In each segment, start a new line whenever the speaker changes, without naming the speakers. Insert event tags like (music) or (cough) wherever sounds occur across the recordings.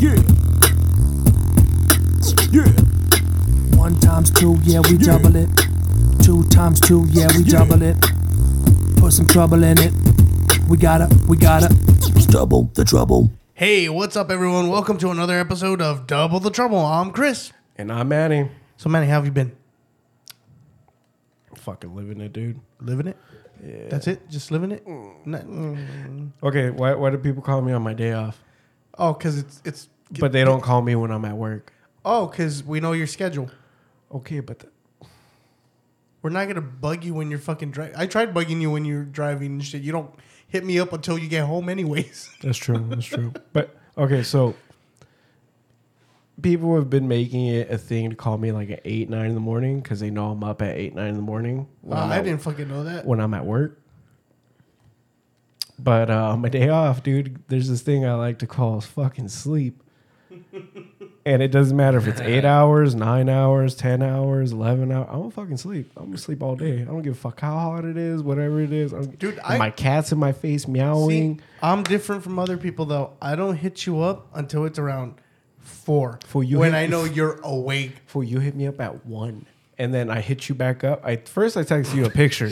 Yeah. Yeah.
One times two, yeah, we
Yeah.
double it. Two times two, yeah, we
Yeah.
double it. Put some trouble in it. We gotta, we gotta.
Double the trouble.
Hey, what's up, everyone? Welcome to another episode of Double the Trouble. I'm Chris.
And I'm Manny.
So, Manny, how have you been?
Fucking living it, dude.
Living it? Yeah. Mm. That's it? Just living it? Nothing.
Okay, why, why do people call me on my day off?
Oh, because it's it's.
But they don't call me when I'm at work.
Oh, because we know your schedule.
Okay, but th-
We're not gonna bug you when you're fucking driving. I tried bugging you when you're driving and shit. You don't hit me up until you get home, anyways. (laughs)
that's true. That's true. But okay, so people have been making it a thing to call me like at 8, 9 in the morning because they know I'm up at 8, 9 in the morning when,
Wow,
I'm,
Uh, I
at,
didn't fucking know that.
when I'm at work. But uh, on my day off, dude, there's this thing I like to call
(laughs)
fucking sleep. And it doesn't matter if it's eight hours, nine hours, ten hours, eleven hours. I'm gonna fucking sleep. I'm gonna sleep all day. I don't give a fuck how hot it is, whatever it is. I'm,
Dude,
and
I-
my cat's in my face meowing.
See, I'm different from other people though. I don't hit you up until it's around four.
Fool, you
when
hit-
I know you're awake.
Fool, you hit me up at one, and then I hit you back up. I first I text you a picture.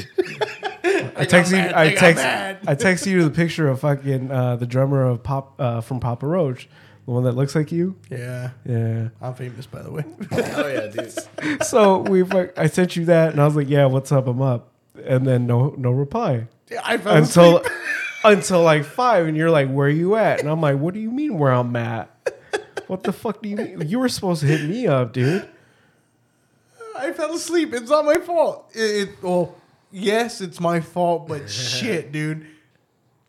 I text you.
mad, (laughs)
I
they got
text.
mad.
I text you the picture of fucking uh, the drummer of Pop uh, from Papa Roach, the one that looks like you.
Yeah,
Yeah.
I'm famous by the way.
Oh yeah, dude.
So we. Fuck, I sent you that, and I was like, "Yeah, what's up? I'm up." And then no, no reply
I fell
until, (laughs) until like five, and you're like, "Where you at?" And I'm like, "What do you mean where I'm at? What the fuck do you mean? You were supposed to hit me up, dude."
I fell asleep. It's not my fault. It, it well, yes, it's my fault, but shit, dude.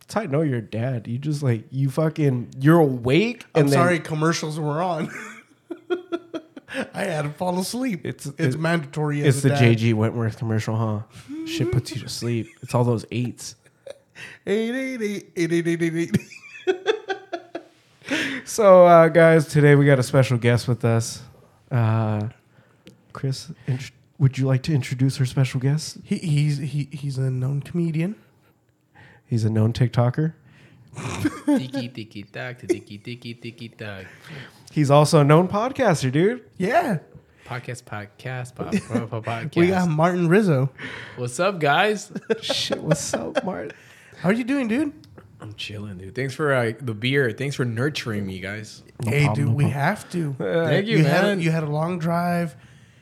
Ty, no, you're dad. You just like you fucking you're awake.
I'm
and then-
sorry, commercials were on. I had to fall asleep. It's
It's-
it's
it-
mandatory. As
It's the
a dad.
JG Wentworth commercial, huh? Shit puts you to sleep. It's all those eights.
Eight eight eight eight eight eight eight eight.
So, uh, guys, today we got a special guest with us. Uh, Chris, int- would you like to introduce our special guest?
He, he's he, he's a known comedian.
He's a known TikToker.
Tiki tiki tack, tiki tiki tiki tack.
He's also a known podcaster, dude.
Yeah,
Podcast, podcast, pop, pop, pop, podcast. (laughs)
we got Martin Rizzo.
What's up, guys?
Shit, what's up, (laughs) Martin?
How are you doing, dude?
(laughs) I'm chilling, dude. Thanks for uh, the beer. Thanks for nurturing me, guys.
hey,
problem,
dude,
no
we
problem.
have to.
(laughs) Thank you,
had
man.
a, you had a long drive,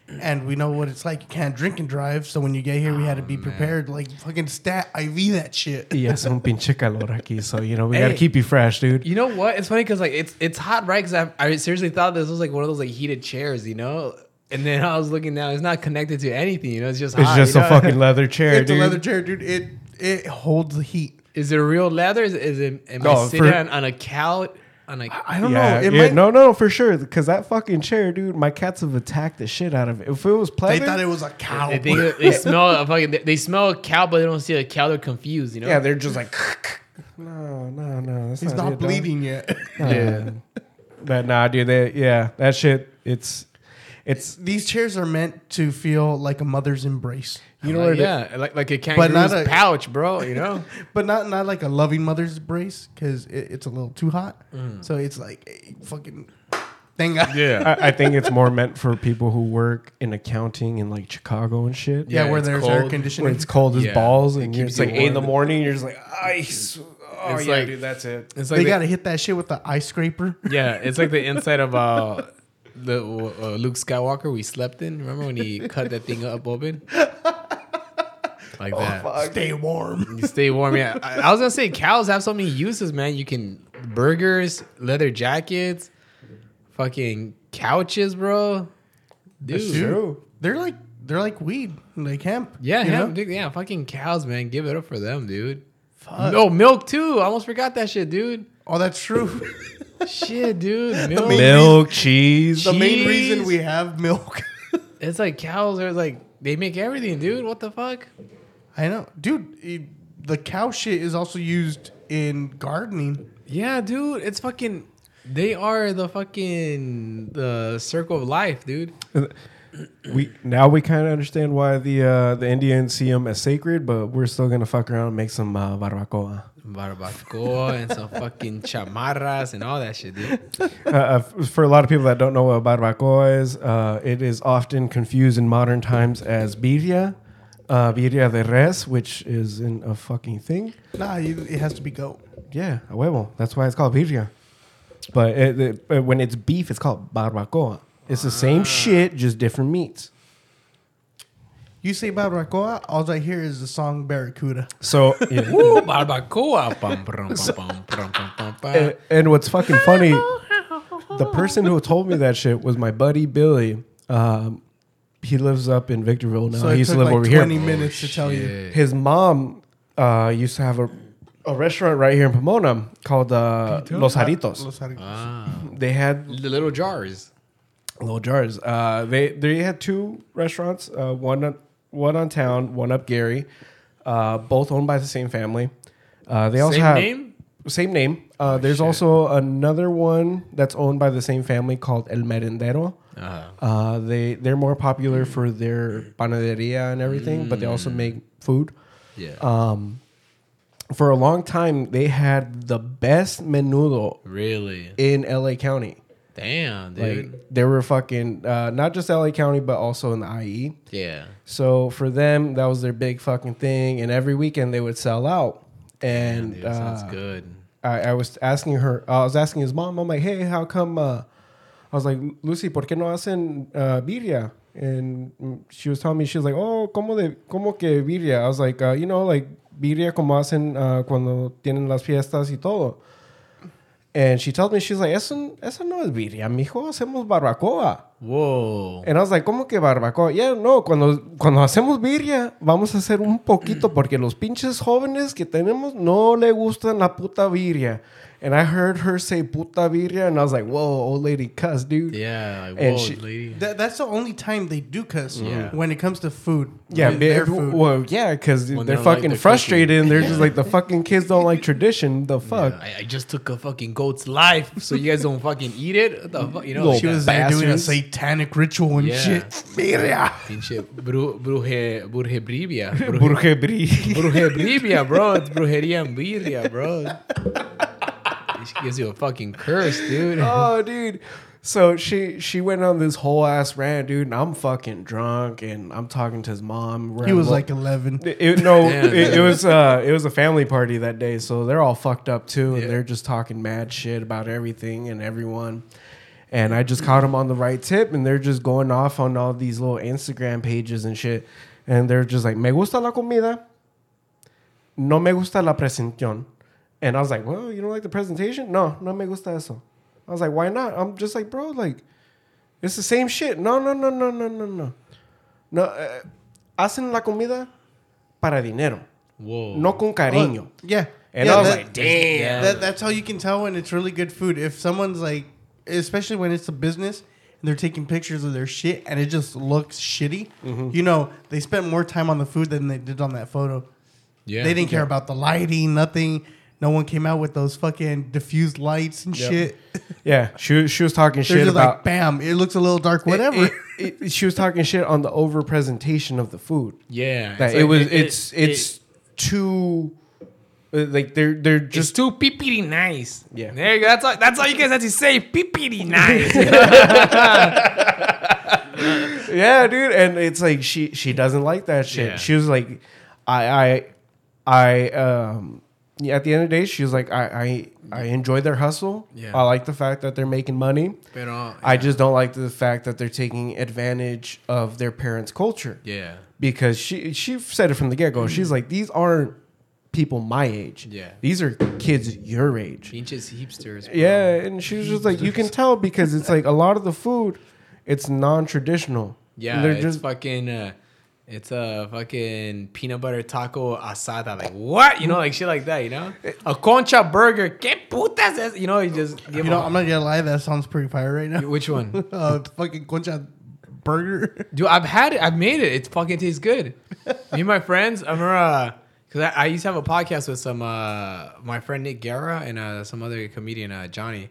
and we know what it's like. You can't drink and drive, so when you get here, we had to
Oh,
be prepared. Like fucking stat IV that shit.
Yes, un pinche calor aquí. So, you know, we got to
Hey.
keep you fresh, dude.
You know what? It's funny because like it's it's hot, right? Because I, I seriously thought this was like one of those like heated chairs, you know. And then I was looking down. It's not connected to anything, you know. It's just
It's
hot,
just
you
a
know?
fucking leather (laughs) chair,
It's
dude.
a leather chair, dude. It it holds the heat.
Is it real leather? Is, is it? Am
No,
I sitting
for-
on, on a couch? On a
I don't
yeah,
know. It
yeah,
might,
no, no, for sure. Because that fucking chair, dude, my cats have attacked the shit out of it. If it was
They
pleather,
thought it was a cow.
they, think they smell a fucking. They, they smell a cow, but they don't see a cow. They're confused, you know.
yeah, they're just like, (laughs) no, no, no, that's
He's
not,
not bleeding yet. (laughs)
Yeah, but nah, dude, they, yeah, that shit, it's, it's,
These chairs are meant to feel like a mother's embrace,
You know
what it-
Yeah, like like a kangaroo's
not a-
pouch, bro. You know, (laughs)
but not not like a loving mother's embrace because it, it's a little too hot.
Mm.
So it's like eh, fucking thing. Yeah, (laughs)
I, I think it's more meant for people who work in accounting in like Chicago and shit.
Yeah,
where
it's
there's air
cold.
Where
conditioning.
it's cold as
Yeah,
balls,
it
and you're,
keeps
it's like
you
eight in the
warm.
morning. You're just like ice. Oh
It's
yeah,
like-
dude, that's it.
it's like
They
the-
got to hit that shit with the ice scraper.
(laughs) yeah, it's like the inside of uh, the uh, Luke Skywalker we slept in. Remember when he cut that thing up open? Like
Oh,
that.
Stay warm.
You stay warm. Yeah, I, I was gonna say cows have so many uses, man. You can burgers, leather jackets, fucking couches, bro. Dude,
True.
They're like they're like weed, like hemp.
yeah,
you
yeah,
know?
dude, yeah, fucking cows, man. Give it up for them, dude. Oh, milk too. I almost forgot that shit, dude.
Oh, that's true.
Shit, (laughs) dude. Milk.
main-
Milk,
(laughs)
cheese.
the main
Cheese.
reason we have milk. (laughs)
It's like cows are like they make everything, dude. What the fuck?
I know, dude. eh, The cow shit is also used in gardening.
Yeah, dude. It's fucking. They are the fucking the circle of life, dude.
We now we kind of understand why the uh, the Indians see them as sacred, but we're still gonna fuck around and make some uh, barbacoa.
barbacoa and some fucking chamarras and all that shit, (laughs) dude.
Uh, uh, f- for a lot of people that don't know what barbacoa is, uh, it is often confused in modern times as birria, uh, birria de res, which isn't a fucking thing.
Nah, you, it has to be goat.
Yeah, a huevo. That's why it's called birria. But it, it- but when it's beef, it's called barbacoa. It's the same shit, just different meats.
You say barbacoa, all I hear is the song Barracuda.
So, yeah.
Woo, barbacoa. Pum, brum, pum, pum, brum, pum, pum, (laughs) pum.
and, and what's fucking funny, the person who told me that shit was my buddy Billy. Um, he lives up in Victorville now.
So
he
it
used
took
to live
like
over
20
here. Oh,
minutes to tell you.
Shit.
His mom uh, used to have a, a restaurant right here in Pomona called uh, Los Jaritos.
Los Jaritos.
They had
The little jars.
little jars. Uh, they they had two restaurants, uh, one on- one on town, one up Gary, uh, both owned by the same family. Uh, they also
Same
have
name?
same name. Uh, there's also another one that's owned by the same family called El Merendero.
Uh-huh.
Uh, they they're more popular for their panaderia and everything, but they also
Mm.
make food.
Yeah.
Um, for a long time, they had the best menudo
really?
in LA County.
Damn, dude.
Like they were fucking uh, not just LA County, but also in the E. IE.
yeah.
So for them, that was their big fucking thing, and every weekend they would sell out. And
Dude,
uh,
sounds good.
I, I was asking her, I was asking his mom, I'm like, hey, how come? Uh, I was like, Lucy, ¿por qué no hacen uh, birria? And mm, she was telling me, she was like, oh, ¿cómo, de, cómo que birria? I was like, uh, you know, like birria como hacen uh, cuando tienen las fiestas y todo. And she tells me, she's like, eso, eso no es birria, mijo, hacemos barbacoa.
Whoa.
And I was like, ¿cómo que barbacoa? Yeah, no, cuando, cuando hacemos birria, vamos a hacer un poquito porque los pinches jóvenes que tenemos no le gustan la puta birria. And I heard her say puta birria, and I was like, whoa, old lady cuss, dude.
Yeah, like,
And
whoa,
she-
lady.
That, that's the only time they do cuss
Yeah.
when it comes to food.
Yeah,
With their
be-
food.
well, yeah, because they're,
When they don't like
fucking
the
frustrated
cooking.
and they're just like, the fucking kids don't like tradition. The fuck?
I, I just took a fucking goat's life, so you guys don't fucking eat it.
(laughs)
What the fuck, you know?
Little
she was there doing a satanic ritual and
Yeah.
shit. Birria.
Pinche bru, bruje,
(laughs)
brujebribia. Bruje,
Burgebri.
brujebribia, bro. It's brujeria and birria, bro. She gives you a fucking curse,
(laughs)
dude.
Uh,
oh, dude. So she she went on this whole ass rant, dude, and I'm fucking drunk, and I'm talking to his mom. We're
He
at
was
Wal-
like 11.
It, no,
Damn.
it, it was uh, it was a family party that day, so they're all fucked up too, and
Yeah.
they're just talking mad shit about everything and everyone. And I just caught them on the right tip, and they're just going off on all these little Instagram pages and shit, and they're just like, "Me gusta la comida, no me gusta la presentación," and I was like, "Well, you don't like the presentation? No, no me gusta eso." I was like, "Why not?" I'm just like, "Bro, like, it's the same shit." No, no, no, no, no, no, no. No, eh, hacen la comida para dinero,
Whoa.
no con cariño.
Yeah.
And
yeah,
I was
that-
like, damn.
Yeah.
That, that's how you can tell when it's really good food. If someone's like, especially when it's a business and they're taking pictures of their shit and it just looks shitty,
Mm-hmm.
you know, they spent more time on the food than they did on that photo.
yeah.
They didn't care about the lighting, nothing. No one came out with those fucking diffused lights and shit. (laughs)
Yeah, she she was talking
They're
shit
just
about
like, bam, it looks a little dark, whatever. (laughs)
It- it- it- she was talking shit on the over presentation of the food.
Yeah.
That
it's
it
like-
was it's it's too uh, like they're they're
Just
just
too pipity nice.
Yeah.
There you go. That's all, that's all you guys have to say. Pipity nice.
(laughs) yeah, dude. And it's like she she doesn't like that shit.
Yeah.
She was like, I I I um yeah, at the end of the day, she was like, I I, I enjoy their hustle.
Yeah.
I like the fact that they're making money.
Pero-
I just don't like the fact that they're taking advantage of their parents' culture.
yeah.
because she she said it from the get go. She's like, these aren't people my age.
Yeah.
these are kids your age.
Pinches hipsters. bro.
Yeah, and she was just like, you can tell because it's like a lot of the food, it's non traditional.
Yeah,
they're
it's
just
fucking. Uh, it's a fucking peanut butter taco asada. Like what? You know, like shit like that. You know, a concha burger. Que putas es? You know, you just give
you know, I'm not gonna lie, that sounds pretty fire right now.
which one?
Uh, fucking concha burger.
Dude, I've had it. I've made it. It fucking tastes good. Me and my friends, I remember because I, I used to have a podcast with some uh, my friend Nick Guerra and uh, some other comedian uh, Johnny,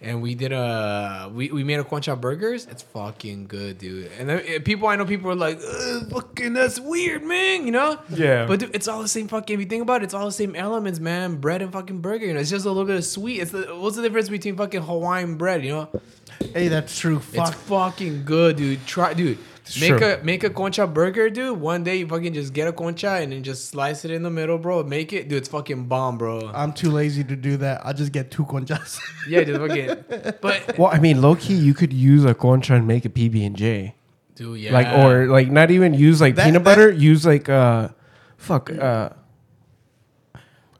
and we did a we, we made a concha burgers. It's fucking good, dude. And then, eh, people I know people are like, "Ugh, fucking that's weird, man. You know?
Yeah.
But dude, it's all the same fucking. If you think about it, it's all the same elements, man. Bread and fucking burger. You know, it's just a little bit of sweet. It's the, what's the difference between fucking Hawaiian bread? You know,
(laughs) Hey, that's true. Fuck.
it's fucking good, dude. Try, dude. Make
Sure.
a make a concha burger, dude. One day you fucking just get a concha and then just slice it in the middle, bro. Make it, dude. It's fucking bomb, bro.
I'm too lazy to do that. I'll just get two conchas. (laughs)
Yeah, just
(laughs)
fucking. But
Well, I mean, low key, you could use a concha and make a PB and J,
dude, yeah.
like or like not even use like
That-
peanut
that-
butter. Use like uh, fuck. Uh,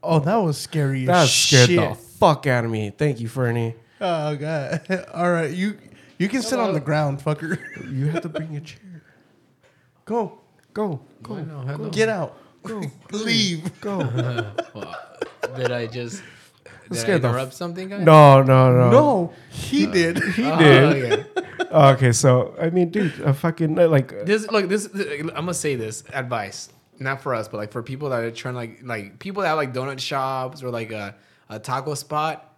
oh, that was scary. as
that scared
shit.
the fuck out of me. Thank you, Fernie.
Oh god. (laughs) All right, you you can sit on the ground, fucker.
You have to bring a chair.
Go, go,
I know, I know.
get out. Go, (laughs) leave.
Go.
Did I just did I
scared the
interrupt something? Guys?
No, no, no,
No, Uh, he did.
Oh,
did.
okay.
Okay, so I mean, dude, a fucking like
This look. This I'm gonna say this advice, not for us, but like for people that are trying like like people that have like donut shops or like a, a taco spot.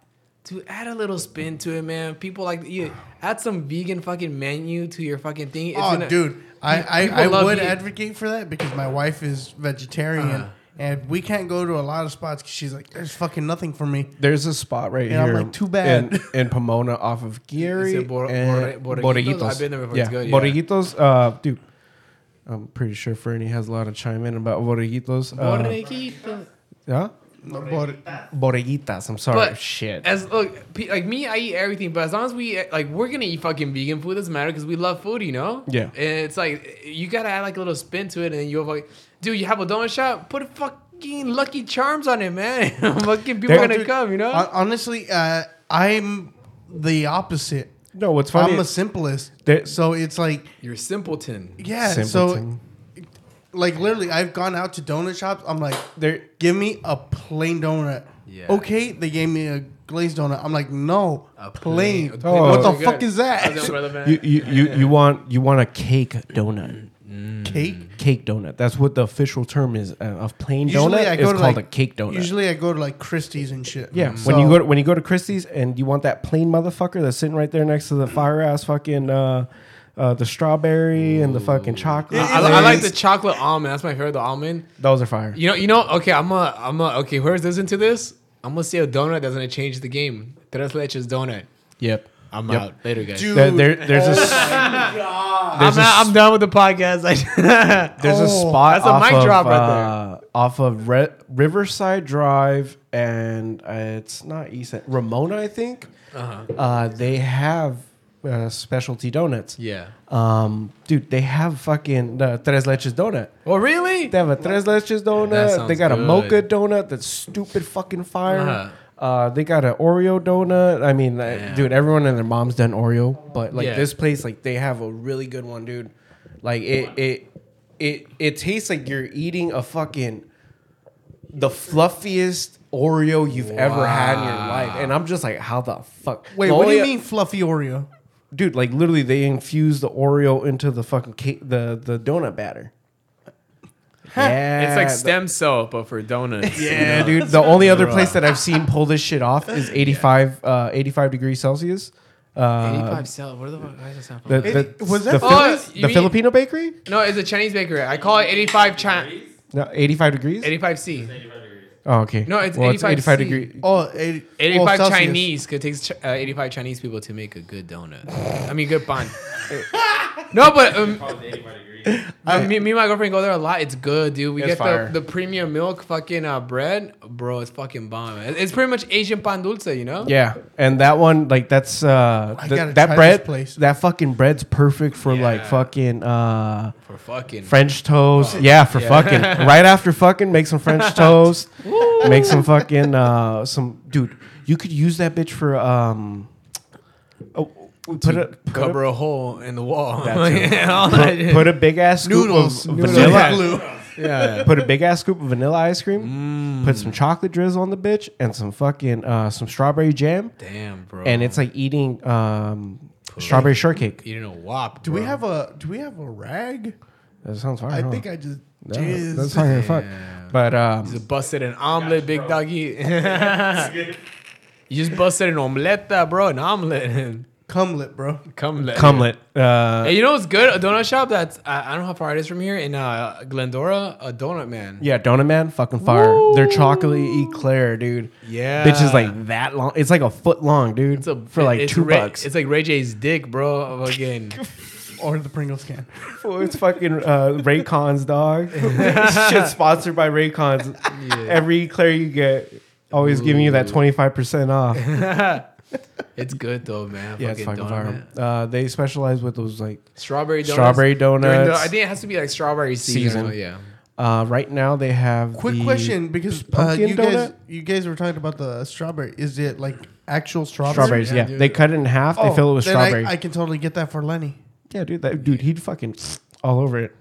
To add a little spin to it, man. People like you add some vegan fucking menu to your fucking thing.
(laughs)
It's
oh,
gonna-
dude, I
people
I, I
love
would
you.
advocate for that because my wife is vegetarian. And we can't go to a lot of spots because she's like, "There's fucking nothing for me."
There's a spot right
And I'm
here.
like, too bad.
In, in Pomona off of
(laughs)
Geary.
Is it Bor-
and
Bor- Borreguitos? I've been there before.
Yeah.
It's good, yeah.
Borreguitos. Uh, dude, I'm pretty sure Fernie has a lot of chime in about Borreguitos. Uh,
Borreguito.
yeah?
But
Borreguitas. I'm sorry.
But
Shit.
As look, pe- like me, I eat everything. But as long as we eh, like, we're gonna eat fucking vegan food. Doesn't matter because we love food, you know.
Yeah.
And it's like you gotta add like a little spin to it, and then you're like, dude, you have a donut shop, put fucking Lucky Charms on it, man. (laughs) fucking people
They're-
are gonna
dude,
come, you know.
hon- honestly, uh, I'm the opposite.
no, what's funny?
I'm a simplest,
There-
so it's like,
You're simpleton.
yeah.
Simpleton.
So, like, literally, I've gone out to donut shops. I'm like,
there,
give me a plain donut.
Yeah.
Okay, they gave me a glazed donut. I'm like, no,
A
plain.
plain- Oh,
Oh.
What the
Good.
fuck is
How's that,
that?
brother, man?
you, you, you,
(laughs)
you want you want a cake donut.
Cake.
Cake donut. That's what the official term is uh, of plain
Usually
Mm. donut.
I
It's
go
called
to like
a cake donut.
Usually I go to like Christie's and shit.
Yeah,
Mm.
So-
when you go to, when you go to Christie's and you want that plain motherfucker that's sitting right there next to the fire ass fucking uh, uh, the strawberry and the fucking
Mm.
chocolate.
I, I- I like the chocolate almond. That's my favorite. The almond.
those are fire.
You know. You know. Okay. I'm a. I'm a. Okay. Whoever's listening to this, I'm gonna say a donut that's gonna change the game. Tres leches donut.
Yep.
I'm
Yep.
out later, guys.
Dude,
There, there- there's a s-
I'm,
a
out, I'm done with the podcast. (laughs)
there's a
Oh,
spot
that's a
off
mic
of,
drop right
uh, off of Re- Riverside Drive and uh, it's not East End- Ramona, I think. Uh-huh. they have uh, specialty donuts.
yeah.
Um, dude, they have fucking uh, tres leches donut.
Oh, really?
They have a tres leches
That
donut.
sounds
They got a
good.
mocha donut that's stupid fucking fire.
Uh-huh.
uh they got an Oreo donut. I mean, like,
Damn.
dude, everyone and their mom's done Oreo, but like
Yeah.
this place, like they have a really good one, dude. Like it, it, it, it tastes like you're eating a fucking the fluffiest Oreo you've ever had in your life, and I'm just like, how the fuck?
Wait,
The
what do you
only-
mean fluffy Oreo?
dude? Like literally, they infuse the Oreo into the fucking cake, the the donut batter. Yeah,
It's like
the-
stem cell, but for donuts. (laughs)
yeah, dude. The only other place that I've seen pull this shit off is 85, uh, 85 degrees Celsius. Uh,
85 cell. Where the fuck? Why does that sound
the,
familiar?
the,
was
the
that
Fili-
Phillies?
the
You mean-
Filipino bakery?
No, it's a Chinese bakery. I call it 85 China.
No, 85 degrees?
85C.
oh, okay.
No, it's 85 C.
degree.
Oh, eight- oh,
85
Celsius.
Chinese. 'cause It takes uh, 85 Chinese people to make a good donut. I mean, good (laughs) bun. no, but um, (laughs) I, me, me and my girlfriend go there a lot. It's good, dude. We
It's
get
fire.
the, the premium milk fucking uh, bread. Bro, it's fucking bomb. It- It's pretty much Asian pan dulce, you know?
Yeah, and that one, like, that's uh,
I
th-
gotta
that
try
bread,
this place.
that fucking bread's perfect for like
Yeah.
fucking uh,
For fucking.
French toast. Yeah, for fucking right after fucking, make some French toast. make some fucking uh, some dude. You could use that bitch for um. Oh, put a put a,
cover a hole in the wall. (laughs)
That too.
Yeah, all that
put,
shit.
put a big ass scoop
noodles,
of
noodles
vanilla.
glue.
yeah. Mm.
Put a big ass scoop of vanilla ice cream. Put some chocolate drizzle on the bitch and some fucking uh, some strawberry jam.
Damn, bro.
And it's like eating um, strawberry shortcake.
eating a wop.
Do we have a Do we have a rag?
That sounds fire.
I
huh?
think I just
Yeah,
jizzed.
that's fucking fuck. But um,
busted an omelet, big doggy? (laughs) You just busted an omelette, bro, an omelet. (laughs)
Cumlet, bro.
Cumlet.
Cumlet. Uh,
Hey, you know what's good? A donut shop that's I, I don't know how far it is from here in uh, Glendora. A donut man.
yeah, Donut Man, fucking fire. They're chocolatey eclair, dude.
Yeah.
Bitch is like that long. It's like a foot long, dude.
It's a-
for like
it's
two
Ray-
bucks.
It's like Ray J's dick,
(laughs)
bro. Again,
Or the Pringles can.
Well, it's fucking uh, Raycons,
(laughs)
dog. Shit sponsored by Raycons. Every eclair you get, always giving you that twenty five
(laughs)
percent off.
it's good though, man.
yeah, it's fucking
donut
fire.
man.
Uh, they specialize with those like
Strawberry donuts.
Strawberry
During the-
donuts.
I think it has to be like strawberry season. Oh,
Season.
Yeah.
uh, right now. They have
Quick
the-
question, because uh,
pumpkin
you guys
donut?
you guys were talking about the strawberry. Is it like actual strawberry?
Strawberries, yeah. They cut it in half.
Oh,
they fill it with
then I-
strawberry.
I, can totally get that for Lenny.
yeah, dude, that dude, he'd fucking (sniffs) all over it.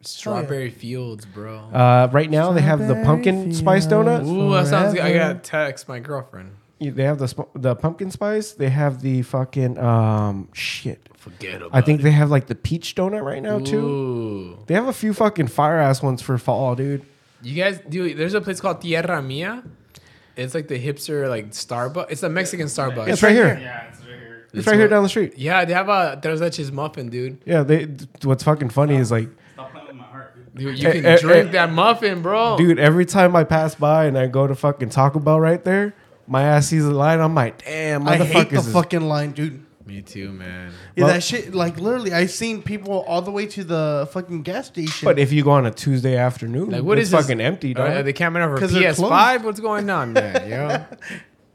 Strawberry fields, bro.
Uh, right now, they have the pumpkin spice donuts.
Ooh, that sounds good. I gotta text my girlfriend.
Yeah, They have the sp- the pumpkin spice. They have the fucking um shit.
Forget about
I think they have like the peach donut right now too.
Ooh.
They have a few fucking fire ass ones for fall, dude.
You guys, dude, there's a place called Tierra Mia. It's like the hipster, like Starbucks. It's a Mexican Starbucks.
It's right here.
Yeah, it's right here.
It's right here down the street.
Yeah, they have a Tres Leches muffin, dude.
Yeah, they. th- What's fucking funny is like,
Stop playing with my heart, dude.
Dude, you
Eh,
can
eh,
drink
eh.
that muffin, bro.
dude, every time I pass by and I go to fucking Taco Bell right there, my ass sees the line. I'm like, damn,
I hate the
motherfuckers. is-
fucking line, dude.
Me too, man.
Yeah,
Well-
that shit, like literally, I've seen people all the way to the fucking gas station.
But if you go on a Tuesday afternoon,
Like, what
it's
is this?
fucking empty,
All
dog.
right, Are they coming over
'Cause they're
PS5? What's going on, (laughs) man? Yo,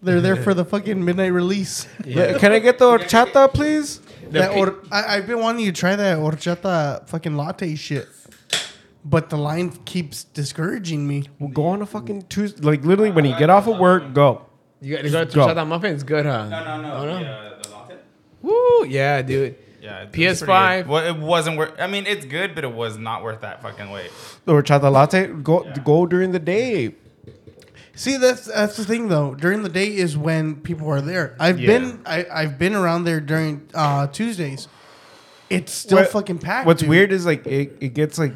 They're there for
(laughs)
the fucking midnight release.
Yeah, Can I get the horchata, please?
That or, I, I've been wanting you to try that horchata fucking latte shit, but the line keeps discouraging me.
Well, go on a fucking Tuesday. Like literally, when you get off of work, go.
you got to go to
Go.
try that muffin. It's good, huh?
No, no, no.
Oh,
The, uh, the latte?
Woo, yeah, dude.
Yeah.
PS5.
Well, it wasn't worth. I mean, it's good, but it was not worth that fucking wait.
The horchata latte. Go go during the day.
See, that's that's the thing though. During the day is when people are there. I've
Yeah.
been I, I've been around there during uh, Tuesdays. It's still
What-
fucking packed.
What's
dude.
weird is like it, it gets like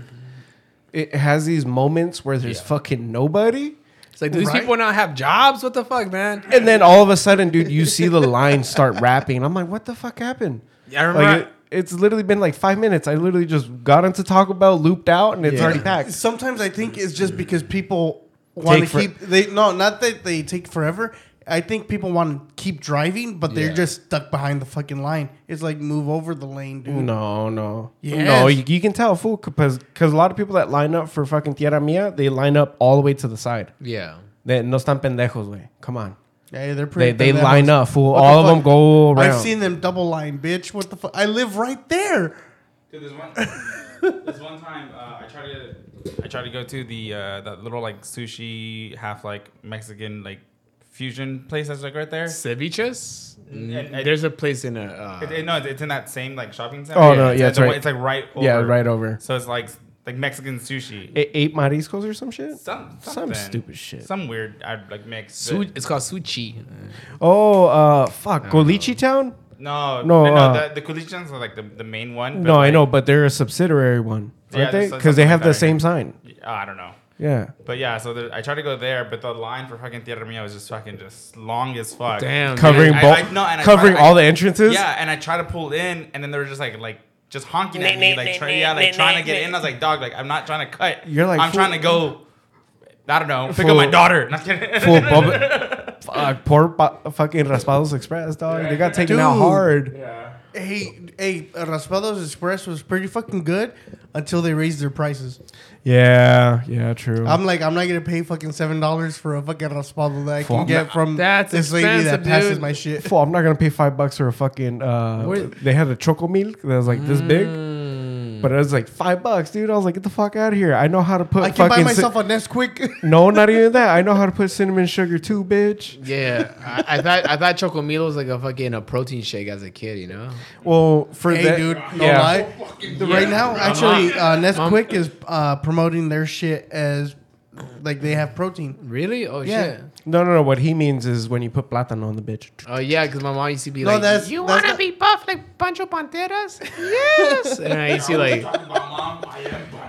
it has these moments where there's fucking nobody.
It's like, do these
Right.
people not have jobs? What the fuck, man?
And then all of a sudden, dude, you see the line start (laughs) rapping. I'm like, what the fuck happened?
Yeah, I remember.
Like it, it's literally been like five minutes. I literally just got into Taco Bell, looped out, and it's
Yeah.
already
(laughs)
packed.
Sometimes I think it's just because people want
Take
to
for-
keep they no, not that they take forever. I think people want to keep driving, but they're
Yeah.
just stuck behind the fucking line. It's like move over the lane, dude.
No, no,
Yes.
no. You, you can tell fool because because a lot of people that line up for fucking Tierra Mia, they line up all the way to the side.
yeah.
They no están pendejos, way. Come on,
Yeah, they're pretty.
they they
they're
line
that-
up, fool.
What the
all of
fuck?
them go around.
I've seen them double line, bitch. What the fuck? I live right there.
Dude, there's (laughs) one. there's one time uh, I tried to. I tried to go to the uh, that little like sushi half like Mexican like fusion place that's like right there.
Ceviches?
Mm, I-
There's a place in a. Uh,
It, it- no, it's in that same like shopping center.
Oh, no, yeah,
at
it's
the
right-
one- It's like right over.
yeah, right over.
So it's like like Mexican sushi.
A- eight mariscos or some shit.
some
Some
something.
stupid shit.
Some weird. I like mix.
Su- it's called Suchi.
Oh, uh, fuck, Golichi Town.
No,
No,
no, no.
uh,
the, the Kulichans are like the, the main one. but,
No, I
like,
know, but they're a subsidiary one,
Yeah,
aren't they?
there's
Because they
something
have
like
the
that
same
right
sign.
uh, I don't know.
Yeah.
But yeah, so there, I tried to go there, but the line for fucking Tierra Mia was just fucking just long as fuck.
Damn. dude.
covering
I-
both,
I- no, and I
covering
tried- I-
all the entrances.
Yeah, and I tried to pull in, and then they were just like like just honking at me, like try, yeah, like trying to get in. I was like, dog, like I'm not trying to cut.
You're like,
I'm
fool-
trying to go. I don't know. Pick
Fool-
up my daughter. (laughs) Not
(laughs)
kidding.
Full bubble. Oh, (laughs) Fuck, poor bu- fucking Raspados Express, dog. They got taken out
Dude.
hard.
Hey, hey, uh, Raspados Express was pretty fucking good until they raised their prices.
Yeah, yeah, true.
I'm like, I'm not gonna pay fucking seven dollars for a fucking Raspado that I
Fuck.
can get from
That's
this lady that
expensive,
passes
dude.
my shit.
Fool, I'm not gonna pay five bucks for a fucking. Uh,
Where-
they had a choco milk that was like this big,
Mm.
but it was like five bucks, dude. I was like, get the fuck out of here. I know how to put.
I can buy
fucking
myself a Nesquik.
cin- no, not even that. I know how to put cinnamon sugar too, bitch.
Yeah, I, I thought I thought Chocomilo was like a fucking a protein shake as a kid, you know.
Well, (laughs) for
hey,
that,
dude, no
yeah.
lie. The- Right now, actually, uh, Nesquik is uh, promoting their shit as like they have protein.
Really? Oh
Yeah.
shit.
No, no, no. What he means is when you put platano on the bitch.
Oh yeah, because my mom used to be
No,
like,
that's-
"You
that's
want to
not-
be buff like Pancho Panteras?" (laughs) yes. And I used to like,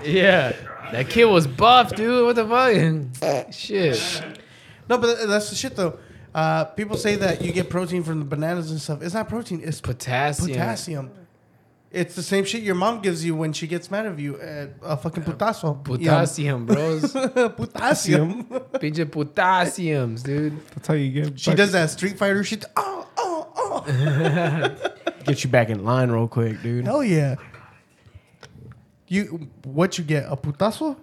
yeah, that kid was buff, dude. What the fuck? (laughs) Shit.
No, but that's the shit though. Uh, Uh, people say that you get protein from the bananas and stuff. It's not protein. It's
Potassium.
potassium. It's the same shit your mom gives you when she gets mad of you. At a fucking putazo. (laughs)
Potassium, bros.
Yeah. potassium.
(laughs) Pinche potassiums, dude.
That's how you get.
She
back-
does that Street Fighter shit. Oh, oh, oh.
get you back in line real quick,
(laughs)
dude.
Hell yeah. You what you get a putazo?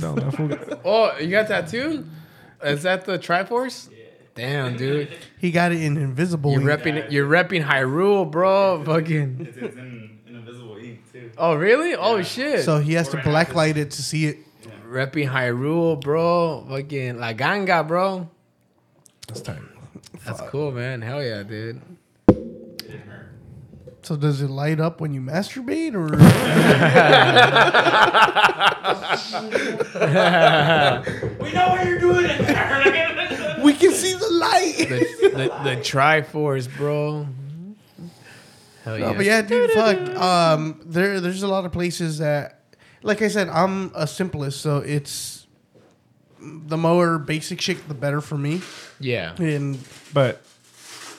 No, that (laughs) fool got-
Oh, you got tattooed? Is that the Triforce? Damn, dude.
He got it in invisible.
You're
ink.
repping, you're repping Hyrule, bro. Fucking.
It's, it's in, in invisible ink too.
Oh, really? Oh, shit.
so he has to blacklight it to see it.
repping Hyrule, bro. Fucking La Ganga, bro.
That's tight.
That's cool, man. Hell yeah, dude.
It didn't hurt.
So does it light up when you masturbate
(laughs)
or (laughs)
We know what you're doing in there.
we can see the (laughs) light?
The, the, the Triforce, bro. Hell yeah.
No, Oh, but yeah, dude, fuck. Um, there, there's a lot of places that, like I said, I'm a simplest, so it's the more basic shit, the better for me.
Yeah.
And
But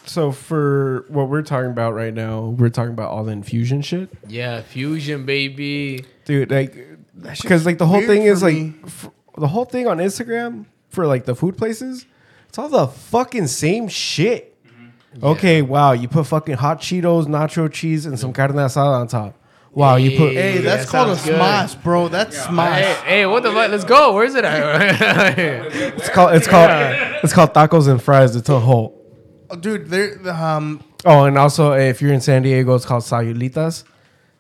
so for what we're talking about right now, we're talking about all the infusion shit,
Yeah, fusion, baby.
dude. Like, because like the whole
weird
thing
for
is
me.
like f the whole thing on Instagram for like the food places. It's all the fucking same shit.
Mm-hmm.
Okay, wow, you put fucking hot Cheetos, nacho cheese, and some carne asada on top. Wow, you put
Mm. hey,
Hey,
that's
that
called a
sounds good.
smosh, bro. That's smosh.
Hey, hey, what the fuck? Let's go. Where's it at? (laughs)
it's called it's called it's called tacos and fries. It's a whole.
Oh, dude, there. the, Um,
Oh, and also if you're in San Diego, it's called sayulitas.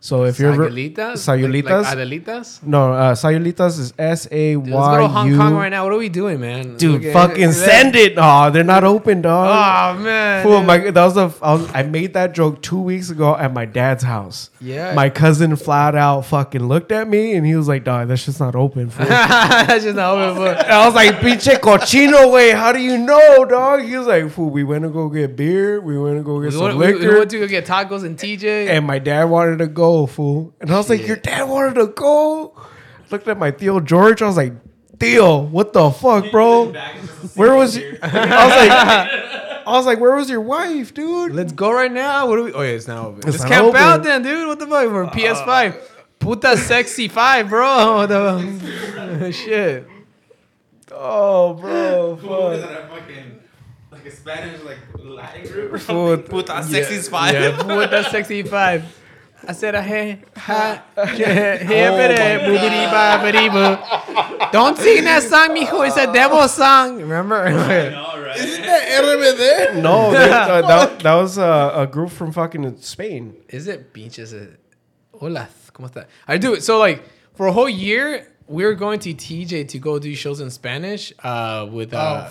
So if you're
Sayulitas?
sayulitas,
Like, like Adelitas?
No, uh, Sayulitas is S A
Dude, Let's go to
Y
Hong Kong right
U.
now. What are we doing, man?
Dude,
Okay.
fucking send it. Oh, they're not open, dog.
Oh, man.
Fool, my, that was a, I, was, I made that joke two weeks ago at my dad's house.
Yeah.
My cousin flat out fucking looked at me and he was like, dog, that shit's not open. Fool. And
(laughs) That's just not open for.
I was like, pinche cochino way. How do you know, dog? He was like, fool, we went to go get beer. We went to go get
We
some
want, we,
liquor.
we want to go get tacos and TJ.
and my dad wanted to go, fool. And I was like, your dad wanted to go? Looked at my Theo George. I was like, Theo, what the fuck, bro? Where was you? I was like, I was like, where was your wife, dude?
Let's go right now. What do we? Oh yeah, it's not open. Let's
not
camp
open. Uh,
out then, dude. What the fuck? We're PS5. Puta sexy five, bro. (laughs) What the (laughs) shit?
Oh, bro,
What is
fuck.
it? A fucking like a Spanish like Latin group or
Fool,
something? Puta sexy
(laughs)
five.
Yeah, puta sexy five. I said, hey, hi,
Oh
yeah, hey, bere, boobity, ba, bitty, boo. Don't sing that song, mijo. It's a devil song. Remember?
All right.
No, dude, uh, that, that was uh, a group from fucking Spain.
Is it pinches? it- Hola, ¿cómo está? I do it. So, like, for a whole year, we were going to TJ to go do shows in Spanish uh, with uh,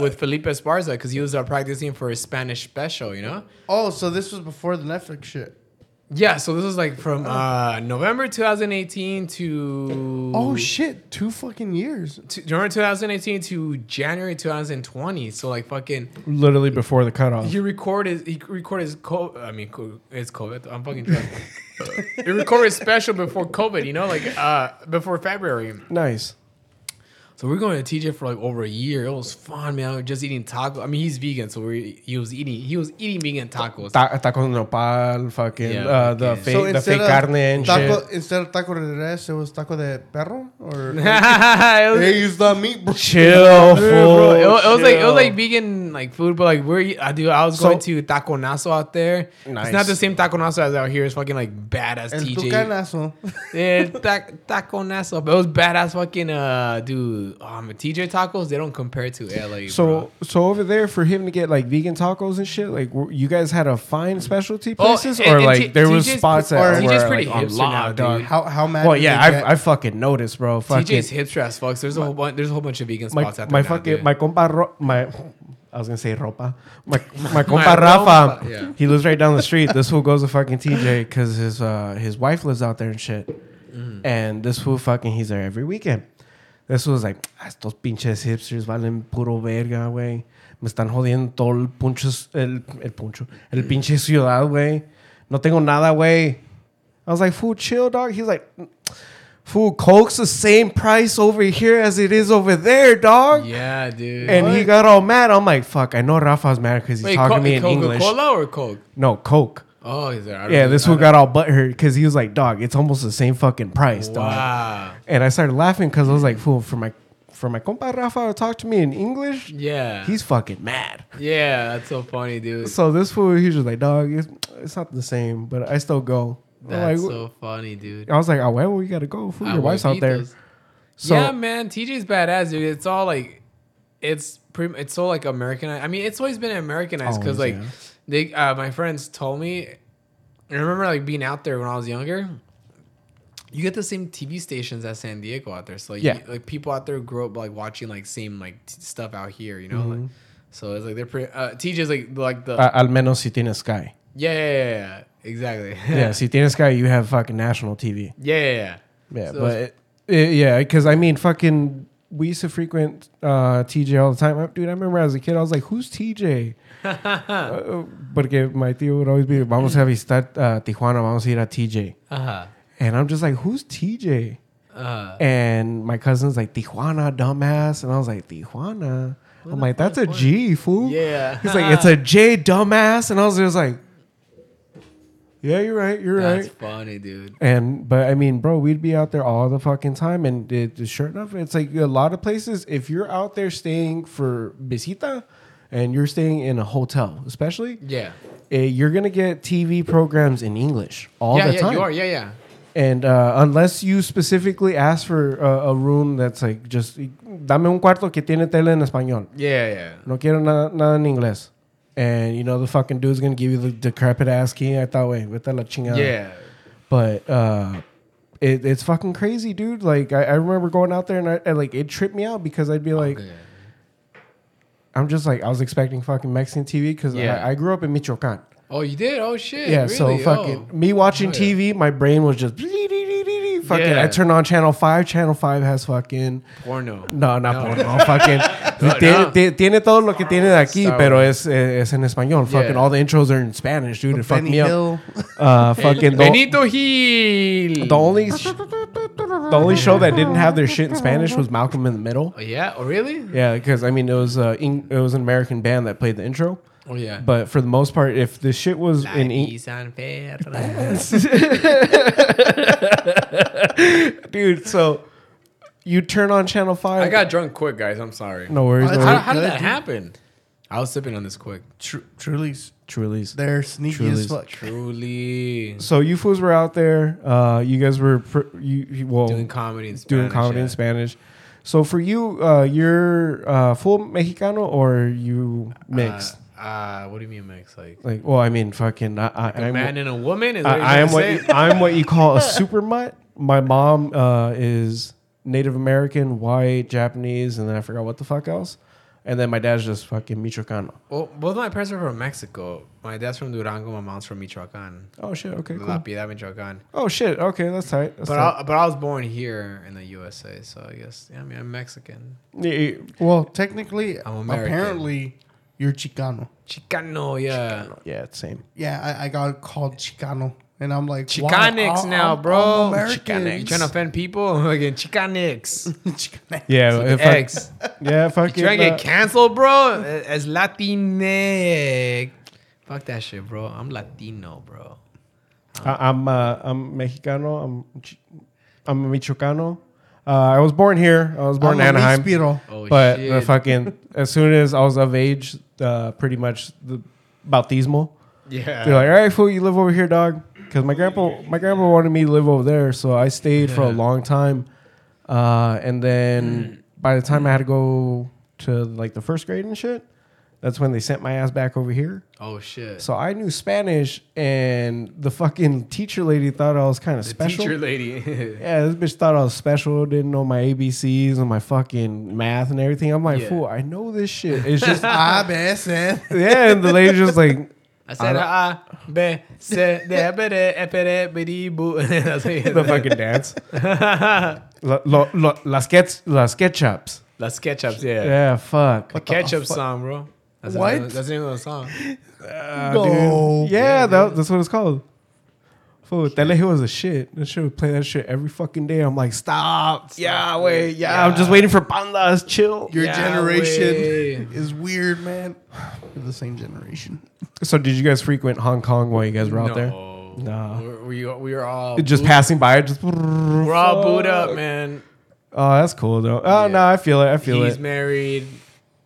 with Felipe Esparza because he was uh, practicing for his Spanish special, you know?
oh, so this was before the Netflix shit.
Yeah, so this was like from uh, November 2018 to.
Oh shit, two fucking years.
to- November 2018 to January 2020. So, like, fucking.
Literally before the cutoff.
He recorded. He recorded his. Co- I mean, co- it's COVID. I'm fucking drunk.
(laughs)
he recorded special before COVID. You know, like uh, before February.
Nice.
So we're going to TJ for like over a year. It was fun, man. We were just eating tacos. I mean, he's vegan, so we he was eating he was eating vegan tacos.
Ta- tacos nopal, fucking
Yeah,
uh, the
okay.
fake, the fake carne and
taco,
(laughs) shit.
instead of taco de res, it was taco de perro.
(laughs)
Or
it was,
they used the meat. bro.
Chill, fool.
bro, it, was- it was like it
chill.
was like vegan like food, but like where you- I do I was
So-
going to taconazo out there.
Nice.
It's not the same taconazo as out here. It's fucking like badass
El
TJ.
tucanazo.
Yeah, ta- taconazo. But it was badass fucking uh dude. Um TJ tacos, they don't compare to LA.
So
bro.
so over there for him to get like vegan tacos and shit, like were- you guys had a fine specialty
Oh,
places
and-
or
and
like
T-
there was
TJ's
spots
pre- or
that
TJ's
were
pretty
like on
hipster
lock,
now,
dog.
dude.
How how mad?
Oh, Well,
did
yeah,
they get?
I, I fucking noticed, bro. Fucking
TJ's hipster as fuck. So there's a whole bunch there's a whole bunch of vegan
my
spots out there.
my
now,
fucking
dude.
my compa ro- my. I was gonna say ropa.
(laughs)
My my compa
My
Rafa,
ropa, yeah.
he lives right down the street. This fool goes to fucking TJ because his uh, his wife lives out there and shit.
Mm.
And this fool fucking he's there every weekend. This fool's like "Ah, estos pinches hipsters valen puro verga, güey. Me están jodiendo todo el puncho el, el puncho el
Mm.
pinche ciudad, güey. No tengo nada, güey. I was like, fool, chill, dog. He's like, fool, Coke's the same price over here as it is over there, dog.
Yeah, dude.
And he
What?
got all mad. I'm like, fuck, I know Rafa's mad because he's
Wait,
talking
Co-
to me in
Coca
English.
Cola or Coke?
No, Coke.
Oh, is there? I don't
Yeah,
know.
this
I
one
don't-
got all butthurt because he was like, dog, it's almost the same fucking price, dog.
Wow.
And I started laughing because I was like, fool, for my for my compa Rafa to talk to me in English,
Yeah.
he's fucking mad.
yeah, that's so funny, dude.
So this fool, he's just like, dog, it's, it's not the same, but I still go. I'm
That's
like,
so Ah, funny, dude.
I was like, oh, well, we gotta go. Fool, your wife's out there. So
yeah, man, TJ's badass, dude. It's all like, it's pretty, it's so like Americanized. I mean, it's always been Americanized because like,
Always, yeah.
they, uh, my friends told me, I remember like being out there when I was younger. You get the same TV stations as San Diego out there, so like,
Yeah.
you- like people out there grow up like watching like same like t- stuff out here, you know. Like, so it's like they're pretty. Uh, TJ's like like the
Mm-hmm. uh, al menos si tienes Sky.
yeah, yeah, yeah, yeah, exactly. (laughs)
Yeah, si tienes Sky, you have fucking national TV.
yeah, yeah, yeah.
Yeah,
So
but
it's-
it- yeah, because I mean, fucking, we used to frequent uh, TJ all the time. I- Dude, I remember as a kid, I was like, "Who's
(laughs)
TJ?" uh, porque my tío would always be, "Vamos a visitar uh, Tijuana, vamos a ir a TJ,"
Uh-huh.
and I'm just like, "Who's TJ?"
Uh,
And my cousin's like, "Tijuana, dumbass," and I was like, "Tijuana." I'm like, "That's a G, fool."
Yeah.
He's like, "It's a J, dumbass," and I was just like, "Yeah, you're right. You're
that's
right."
funny, dude.
And but I mean, bro, we'd be out there all the fucking time, and it, sure enough, it's like a lot of places. If you're out there staying for visita, and you're staying in a hotel, especially,
Yeah.
eh, you're gonna get TV programs in English all
yeah,
the
yeah,
time.
you are. Yeah, yeah.
And uh, unless you specifically ask for uh, a room that's like just dame un cuarto que tiene tele en español.
Yeah, yeah.
No quiero nada, nada en inglés. And you know the fucking dude's gonna give you the decrepit ass key. I thought, wait, vete a la chingada.
Yeah.
But uh, it, it's fucking crazy, dude. Like I, I remember going out there and I, and, like it tripped me out because I'd be like,
Okay.
I'm just like I was expecting fucking Mexican TV because
Yeah.
I, I grew up in Michoacan.
Oh, you did? Oh shit.
Yeah,
really?
so fucking me watching
Oh, yeah.
TV, my brain was just fucking.
Yeah.
I turned on channel five. Channel five has fucking
Oh, porno.
no, not porno. fucking (laughs) tiene,
(laughs) no.
ti- tiene todo lo que tiene de aquí,
Star
pero es
Wars.
es en español. Fucking
Yeah.
all the intros are in Spanish, dude. It fucked
Benny
me up.
Hill.
Uh, fucking the-
Benito Gil.
The only sh- the only show that didn't have their shit in Spanish was Malcolm in the Middle.
Oh, yeah. Oh really?
Yeah, because I mean it was uh, Eng- it was an American band that played the intro.
Oh yeah.
But for the most part, if the shit was in E- Eng-
San
(laughs)
Pedro.
dude, so you turn on channel five.
I got drunk quick, guys. I'm sorry.
no worries. No
Oh,
How,
worries.
how did
Good,
that
dude.
happen? I was sipping on this quick.
Tru- Truly's.
Truly's.
They're sneaky
Truly's.
as fuck.
Truly
So you fools were out there. Uh, you guys were pr- you, you well
doing comedy in Spanish.
doing comedy in
yeah.
Spanish. So for you, uh, you're uh, full Mexicano or you mixed?
Uh, uh, what do you mean mix? Like
Like, well, I mean, fucking, I, I,
a
I'm,
man and a woman? Is
I,
what
I am what
what
you, I'm what you
(laughs)
call a super mutt. My mom uh, is Native American, white, Japanese, and then I forgot what the fuck else. And then my dad's just fucking Michoacano.
Well, both my parents are from Mexico. My dad's from Durango. My mom's from Michoacan.
Oh shit. Okay.
La
Cool.
Piedad, Michoacan.
Oh shit. Okay, that's tight. That's
But
tight.
I, but I was born here in the USA, so I guess yeah, I mean I'm Mexican.
Yeah, yeah.
Well, technically,
I'm American.
apparently, you're Chicano.
Chicano, yeah.
yeah, it's same.
Yeah, I, I got called Chicano, and I'm like why?
Chicanx
I'm-
now,
I'm-
bro.
I'm
Chicanx. You
American.
trying
(laughs)
to offend people? (laughs) Again, Chicanx.
Chicano.
Yeah. if I-
X.
(laughs) yeah.
You
Fucking.
trying to
uh,
get canceled, bro? As Latinx. Fuck that shit, bro. I'm Latino, bro.
I, I'm uh, I'm Mexicano. I'm Ch- I'm a Michoacano. Uh, I was born here. I was born
I'm
in
a
Anaheim.
Mispiro.
Oh
but
shit.
the fucking as soon as I was of age, uh, pretty much the bautismo.
yeah.
They're like, all right, fool, you live over here, dog. Because my grandpa, my grandpa wanted me to live over there, so I stayed for a long time. Uh, and then by the time I had to go to like the first grade and shit, that's when they sent my ass back over here.
oh shit.
So I knew Spanish, and the fucking teacher lady thought I was kind of special.
Teacher lady. (laughs)
Yeah, this bitch thought I was special, didn't know my ABCs and my fucking math and everything. I'm like,
Yeah.
fool, I know this shit. It's just, (laughs)
I bet, eh?
yeah, and the lady just like,
I said ah, be, se, de, be, de, e, pe, de, be, de, boo. (laughs) That's what you-
the fucking dance. (laughs) lo, lo, lo, las, ketch, las ketchups.
That's ketchups, yeah.
Yeah, fuck.
Ketchup song, bro. That's the
What?
name of- that's the name of the song.
Uh, dude. Yeah, that, that's what it's called. Fool, Teleje was a shit. That shit would play that shit every fucking day. I'm like, stop. yeah, wait. Yeah, I'm just waiting for pandas. Chill.
Your
Yeah,
generation
way.
is weird, man. We're the same generation.
So, did you guys frequent Hong Kong while you guys were out there?
No.
Nah.
We're- We we were all
Just
booed-
passing by, just
We're all booed up, man.
Oh, that's cool though. Oh
Yeah.
no, I feel it. I feel
He's
it.
married.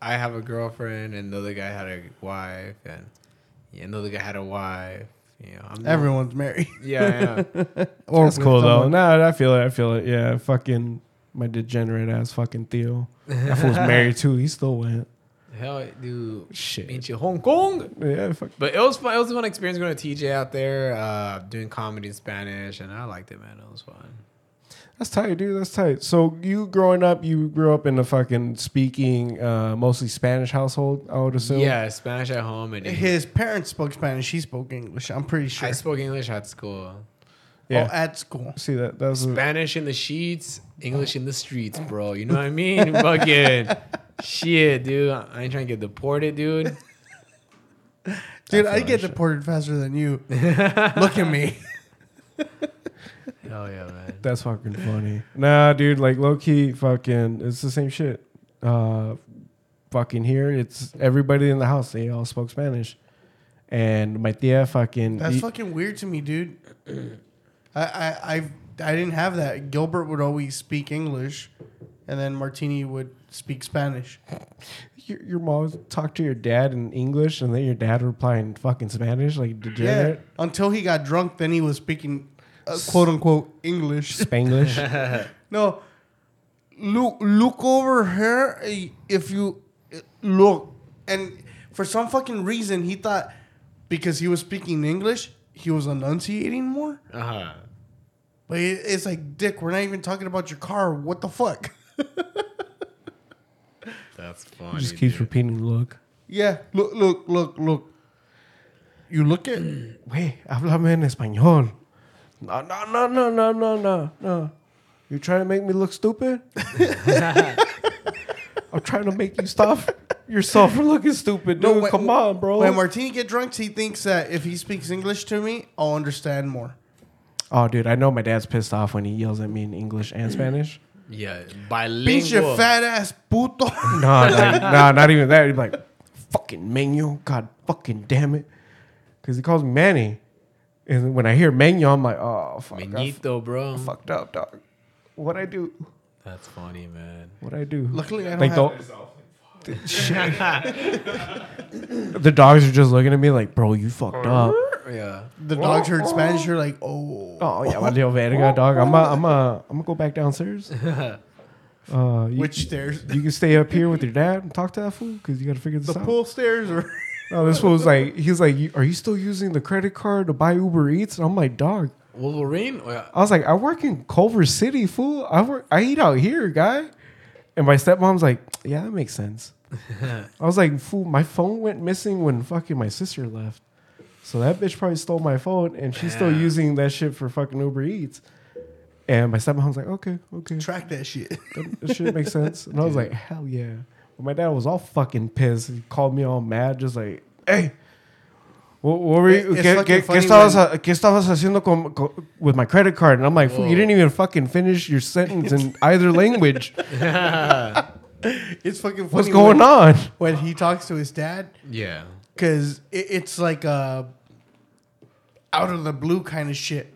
I have a girlfriend, and the other guy had a wife, and yeah, another guy had a wife. You know, I'm the-
Everyone's married.
Yeah, yeah.
Or
That's
with
cool though.
someone.
No, I feel it. I feel it. Yeah, fucking my degenerate ass fucking
(laughs)
Theo. That fool's married too. He still went.
Hell, dude.
Shit.
Been to Hong Kong.
Yeah, fuck.
But it was fun. It was a fun experience going to TJ out there, uh, doing comedy in Spanish, and I liked it, man. It was fun.
That's tight, dude. That's tight. So you growing up, you grew up in a fucking speaking uh, mostly Spanish household. I would assume.
yeah, Spanish at home, and English.
His parents spoke Spanish. He spoke English. I'm pretty sure.
I spoke English at school.
Yeah.
Oh, at school.
See that? That was. A,
Spanish in the sheets, English in the streets, bro. You know what I mean? (laughs) Fucking shit, dude. I ain't trying to get deported, dude.
Dude, I get deported faster than
(laughs)
you. Look at me.
Hell yeah, man.
that's fucking funny. Nah, dude. Like low key, fucking. It's the same shit. Uh, fucking here, it's everybody in the house. They all spoke Spanish. And my tia fucking.
That's
you-
fucking weird to me, dude. I I I've, I didn't have that. Gilbert would always speak English, and then Martini would speak Spanish.
your, your mom would talk to your dad in English, and then your dad would reply in fucking Spanish, like
Yeah.
degenerate
Until he got drunk, then he was speaking uh, quote unquote English. (laughs)
Spanglish.
No, look look over here. eh, If you eh, look, and for some fucking reason, he thought because he was speaking English, he was enunciating more.
Uh huh.
But it- it's like, Dick, we're not even talking about your car. What the fuck? (laughs)
That's funny.
just keeps
dude.
repeating, look.
Yeah, look, look, look, look. You look at (clears throat)
Wait, háblame en español. No, no, no, no, no, no, no, no. You trying to make me look stupid? (laughs) I'm trying to make you stop yourself from looking stupid, dude.
when-
Come on, bro.
when Martini get drunk, he thinks that if he speaks English to me, I'll understand more.
oh, dude, I know my dad's pissed off when he yells at me in English and Spanish. (laughs)
Yeah,
Beat
bilingual.
your fat ass, puto. (laughs)
No, like, no, not even that. He's like, fucking Menu, God fucking damn it. Because he calls me Manny. And when I hear Menu, I'm like, oh, fuck. I
Meñito, bro.
fucked up, dog. What I do?
That's funny, man.
What I do?
Luckily, I don't
like,
have
the, (laughs) the dogs are just looking at me like, bro, you
(laughs)
fucked up.
Yeah.
the dogs heard Spanish. You're like, oh,
Oh, yeah, my little verga, dog. I'm going I'm to I'm go
(laughs)
back downstairs. Uh, you,
which stairs?
you can stay up here with your dad and talk to that fool because you got to figure this
The
out.
pool stairs or (laughs)
No, this fool was like, he's like, "You- are you still using the credit card to buy Uber Eats? And I'm like, dog.
Wolverine? Oh, yeah.
I was like, I work in Culver City, fool. I work, I eat out here, guy. And my stepmom's like, yeah, that makes sense. I was like, fool, my phone went missing when fucking my sister left. So that bitch probably stole my phone, and she's still using that shit for fucking Uber Eats. And my stepmom's like, okay, okay,
track that shit? (laughs)
that, that shit makes sense. And I was like, hell yeah. But my dad was all fucking pissed. He called me all mad, just like, hey, what, what were you?
It- it's
¿Qué,
fucking
qué, qué,
funny
estabas,
when-
¿Qué estabas haciendo con, con, with my credit card? And I'm like, fool, you didn't even fucking finish your
(laughs)
sentence in either language.
It's fucking. Funny
What's going
when,
on?
when he talks to his dad?
Yeah.
Because it, it's like a out of the blue kind of shit.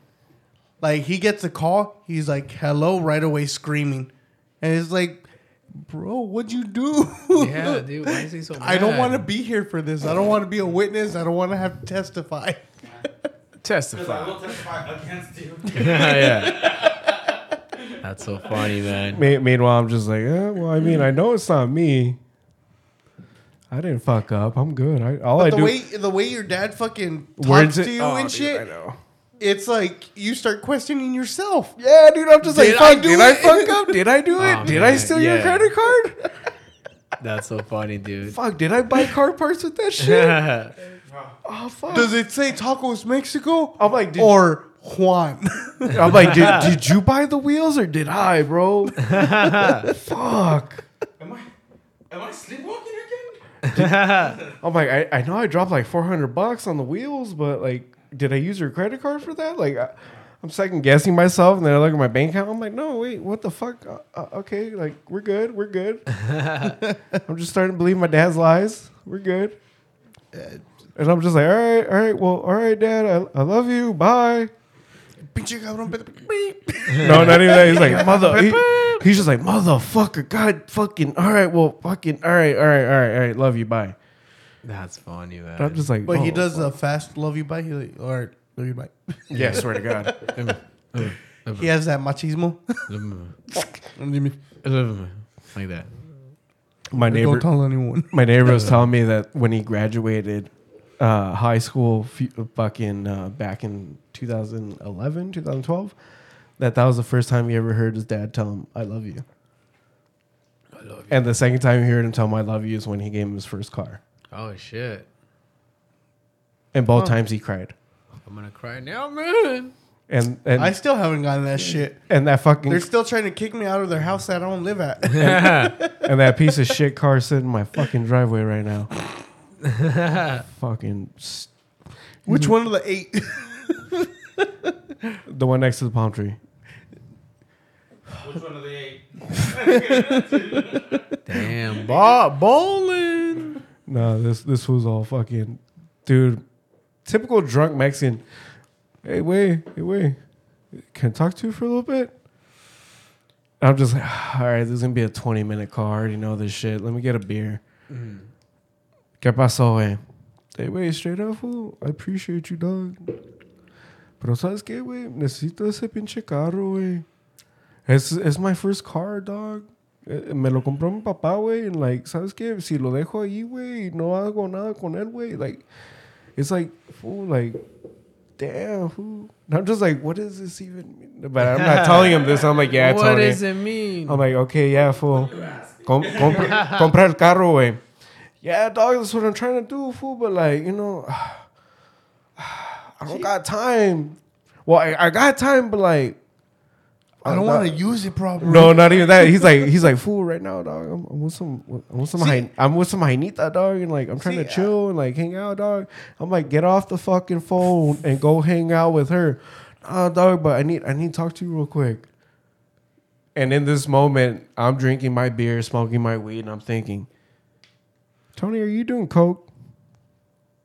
Like he gets a call, he's like, "Hello!" right away, screaming, and it's like, "Bro, what'd you do?"
Yeah, dude. Why is he so mad?
(laughs) I don't want to be here for this. I don't want to be a witness. I don't want to have to testify.
I will
testify. (laughs)
testify against you. (laughs)
yeah. That's so funny, man.
Me- Meanwhile, I'm just like, eh, well, I mean, I know it's not me. I didn't fuck up. I'm good. I, all I
the
do.
way the way your dad fucking talks
Words it-
to you
Oh,
and
dude,
shit,
I know.
it's like you start questioning yourself.
Yeah, dude, I'm just
Did
like,
I
fuck,
do
did I
it?
fuck up? Did
(laughs)
I do it?
Oh,
did I
man,
steal your
yeah.
credit card?
That's so funny, dude. (laughs)
Fuck, did I buy car parts with that shit? oh fuck.
Does it say Tacos Mexico
I'm like, did,
or
(laughs)
Juan?
I'm like, did, did you buy the wheels or did I, bro? fuck.
Am I, am I sleepwalking again?
I'm like, I, I know I dropped like 400 bucks on the wheels, but like, did I use your credit card for that? Like, I, I'm second guessing myself, and then I look at my bank account. I'm like, no, wait, what the fuck? Uh, uh, okay, like we're good, we're good. I'm just starting to believe my dad's lies. We're good. And I'm just like, all right, all right, well, all right, dad, I, I love you, bye.
Pinche cabrón, beep, beep.
No, not even
(laughs)
that. He's like, mother. he- he's just like, motherfucker, God, fucking, all right, well, fucking, all right, all right, all right, all right, love you, bye.
That's funny, man.
And I'm just like,
But he
oh,
does
fuck.
a fast love you bye. He like, or love you bye.
yeah, I swear to
(laughs)
God.
He has that machismo. (laughs) Don't
like that.
My (laughs) neighbor,
tell anyone.
my neighbor was telling me that when he graduated uh, high school, f- fucking uh, back in 2011, 2012, that that was the first time he ever heard his dad tell him, "I love you." I love you. And the second time he heard him tell him, "I love you," is when he gave him his first car,
Oh shit!
and both times he cried.
I'm gonna cry now, man.
And and
I still haven't gotten that shit.
and that fucking
They're still trying to kick me out of their house that I don't live at. (laughs)
and that piece of shit car sitting in my fucking driveway right now. fucking s-
Which one of the eight? (laughs)
the one next to the palm tree.
Which one of the
(laughs)
eight?
Damn,
Ah,
ball bowling.
No, this this was all fucking dude. Typical drunk Mexican. Hey, wait, hey, wait. Can I talk to you for a little bit? I'm just like, (sighs) all right, this is gonna be a 20 minute card. You know this shit. Let me get a beer. ¿Qué pasó, eh? Hey, wait, straight up, fool. I appreciate you, dog. Pero sabes qué, wey? Necesito ese pinche carro, wey. It's, it's my first car, dog. Eh, Me lo compró mi papá, güey. And like, ¿sabes qué? Si lo dejo ahí, güey, no hago nada con él, güey. Like, it's like, fool, like, damn, who? And I'm just like, what does this even mean? But I'm not telling him this. I'm like, yeah,
(laughs) what
Tony.
does it mean?
I'm like, okay, yeah, fool. Com- compra, (laughs) compra el carro, güey. Yeah, dog, that's what I'm trying to do, fool. But like, you know, (sighs) I don't got time. Well, I, I got time, but like,
I don't
I'm not-
want to use it properly.
no, not even that. He's like, he's like, fool, right now, dog. I'm, I'm with some, I'm with some,
See-
hy- I'm with some Jainita, dog, and like, I'm trying to
See, I-
chill and like hang out, dog. I'm like, get off the fucking phone and go hang out with her, nah, dog. But I need, I need to talk to you real quick. And in this moment, I'm drinking my beer, smoking my weed, and I'm thinking, Tony, are you doing coke?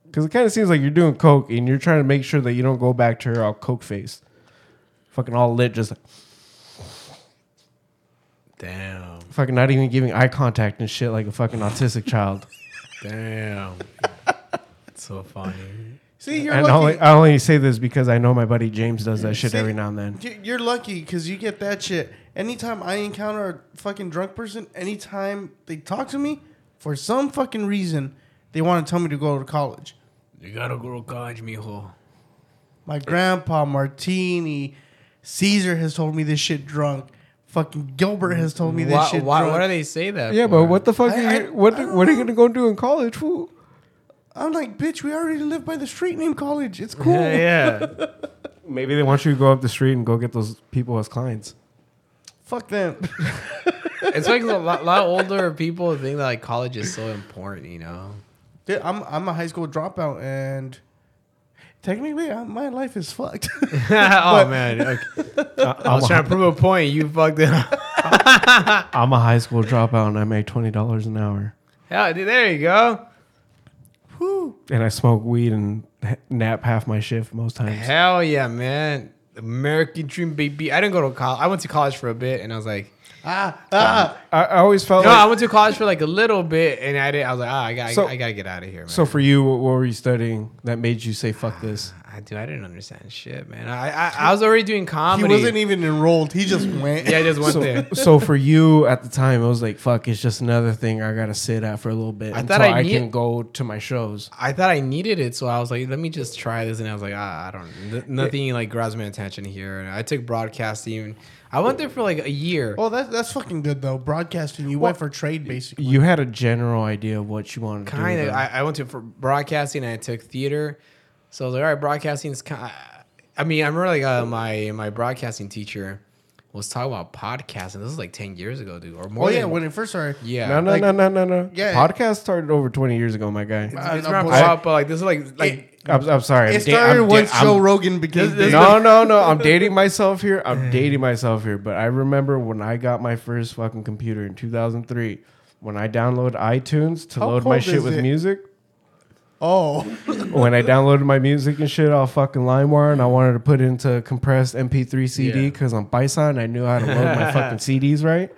Because it kind of seems like you're doing coke and you're trying to make sure that you don't go back to her all coke face, fucking all lit, just.
damn,
fucking not even giving eye contact and shit like a fucking autistic (laughs) child.
(laughs) damn. so funny.
See, you're
And I only,
lucky.
I only say this because I know my buddy James does that shit
See-
every now and then.
You- You're lucky because you get that shit. Anytime I encounter a fucking drunk person, anytime they talk to me, for some fucking reason, they want to tell me to go to college.
You gotta go to college, mijo.
My grandpa Martini, Caesar has told me this shit drunk. Fucking Gilbert has told me this
Why,
shit
why,
drunk.
why do they say that?
Yeah,
for?
but what the fuck?
I-
are you,
I-
what
I don't
what are you
know.
gonna go do in college? Fool?
I'm like, bitch, we already live by the street name college. It's cool.
Yeah, yeah.
(laughs) Maybe they want you to go up the street and go get those people as clients.
Fuck them. (laughs)
it's like a lot, (laughs) lot older people think that like college is so important, you know.
Dude, I'm I'm a high school dropout and technically I, my life is fucked.
(laughs)
(laughs)
(laughs) oh man, okay. (laughs) Oh, I
Uh, I'm,
was trying to prove a point. You fucked it up.
a high school dropout and I make twenty dollars an hour,
(laughs) Yeah, dude, there you go.
Whew.
and I smoke weed and h- nap half my shift most times.
Hell yeah, man. American dream, baby. I didn't go to college. I went to college for a bit, and I was like,
Ah, ah.
I, I always felt
no,
like
I went to college for like a little bit, and I didn't. I was like, ah, I got,
So-
I gotta get out of here, man.
so for you. What, what were you studying that made you say fuck this?
I do. I didn't understand shit, man. I, I, I was already doing
He
comedy.
wasn't even enrolled. He just went.
yeah, I just went
e-
(laughs)
so,
there.
so for you at the time, it was like, fuck, it's just another thing I gotta sit at for a little bit
I
until
thought I
I,
need-
can go to my shows.
I thought I needed it, so I was like, let me just try this. And I was like, ah, I don't, n- nothing like grabs my attention here. And I took broadcasting. I went there for like a year.
Oh,
Well, that's that's fucking good though. Broadcasting, you went for trade basically.
You had a general idea of what you wanted
kind
to
of.
do.
I, I went to for broadcasting. And I took theater, so I was like, all right, broadcasting is kind. I mean, I remember like uh, my my broadcasting teacher was talking about podcasting. This is like ten years ago, dude, or more.
Oh yeah,
than-
when it first started.
yeah.
no, no,
like-
no, no, no, no.
Yeah.
Podcast started over 20 years ago, my guy.
I
It's
know, but-
not blow up, but like this is like like
It-
I'm, I'm sorry.
It
I'm da-
started
I'm da-
once
I'm- (laughs)
Joe Rogan because they-
No, no, no. I'm dating myself here. I'm dating myself here. But I remember when I got my first fucking computer in 2003, when I downloaded iTunes to
How
load my
old
shit
is
with
it?
music.
oh,
When I downloaded my music and shit off fucking LimeWire, and I wanted to put it into a compressed MP3 CD
Yeah.
because I'm Bison. I knew how to load
(laughs)
my fucking CDs right,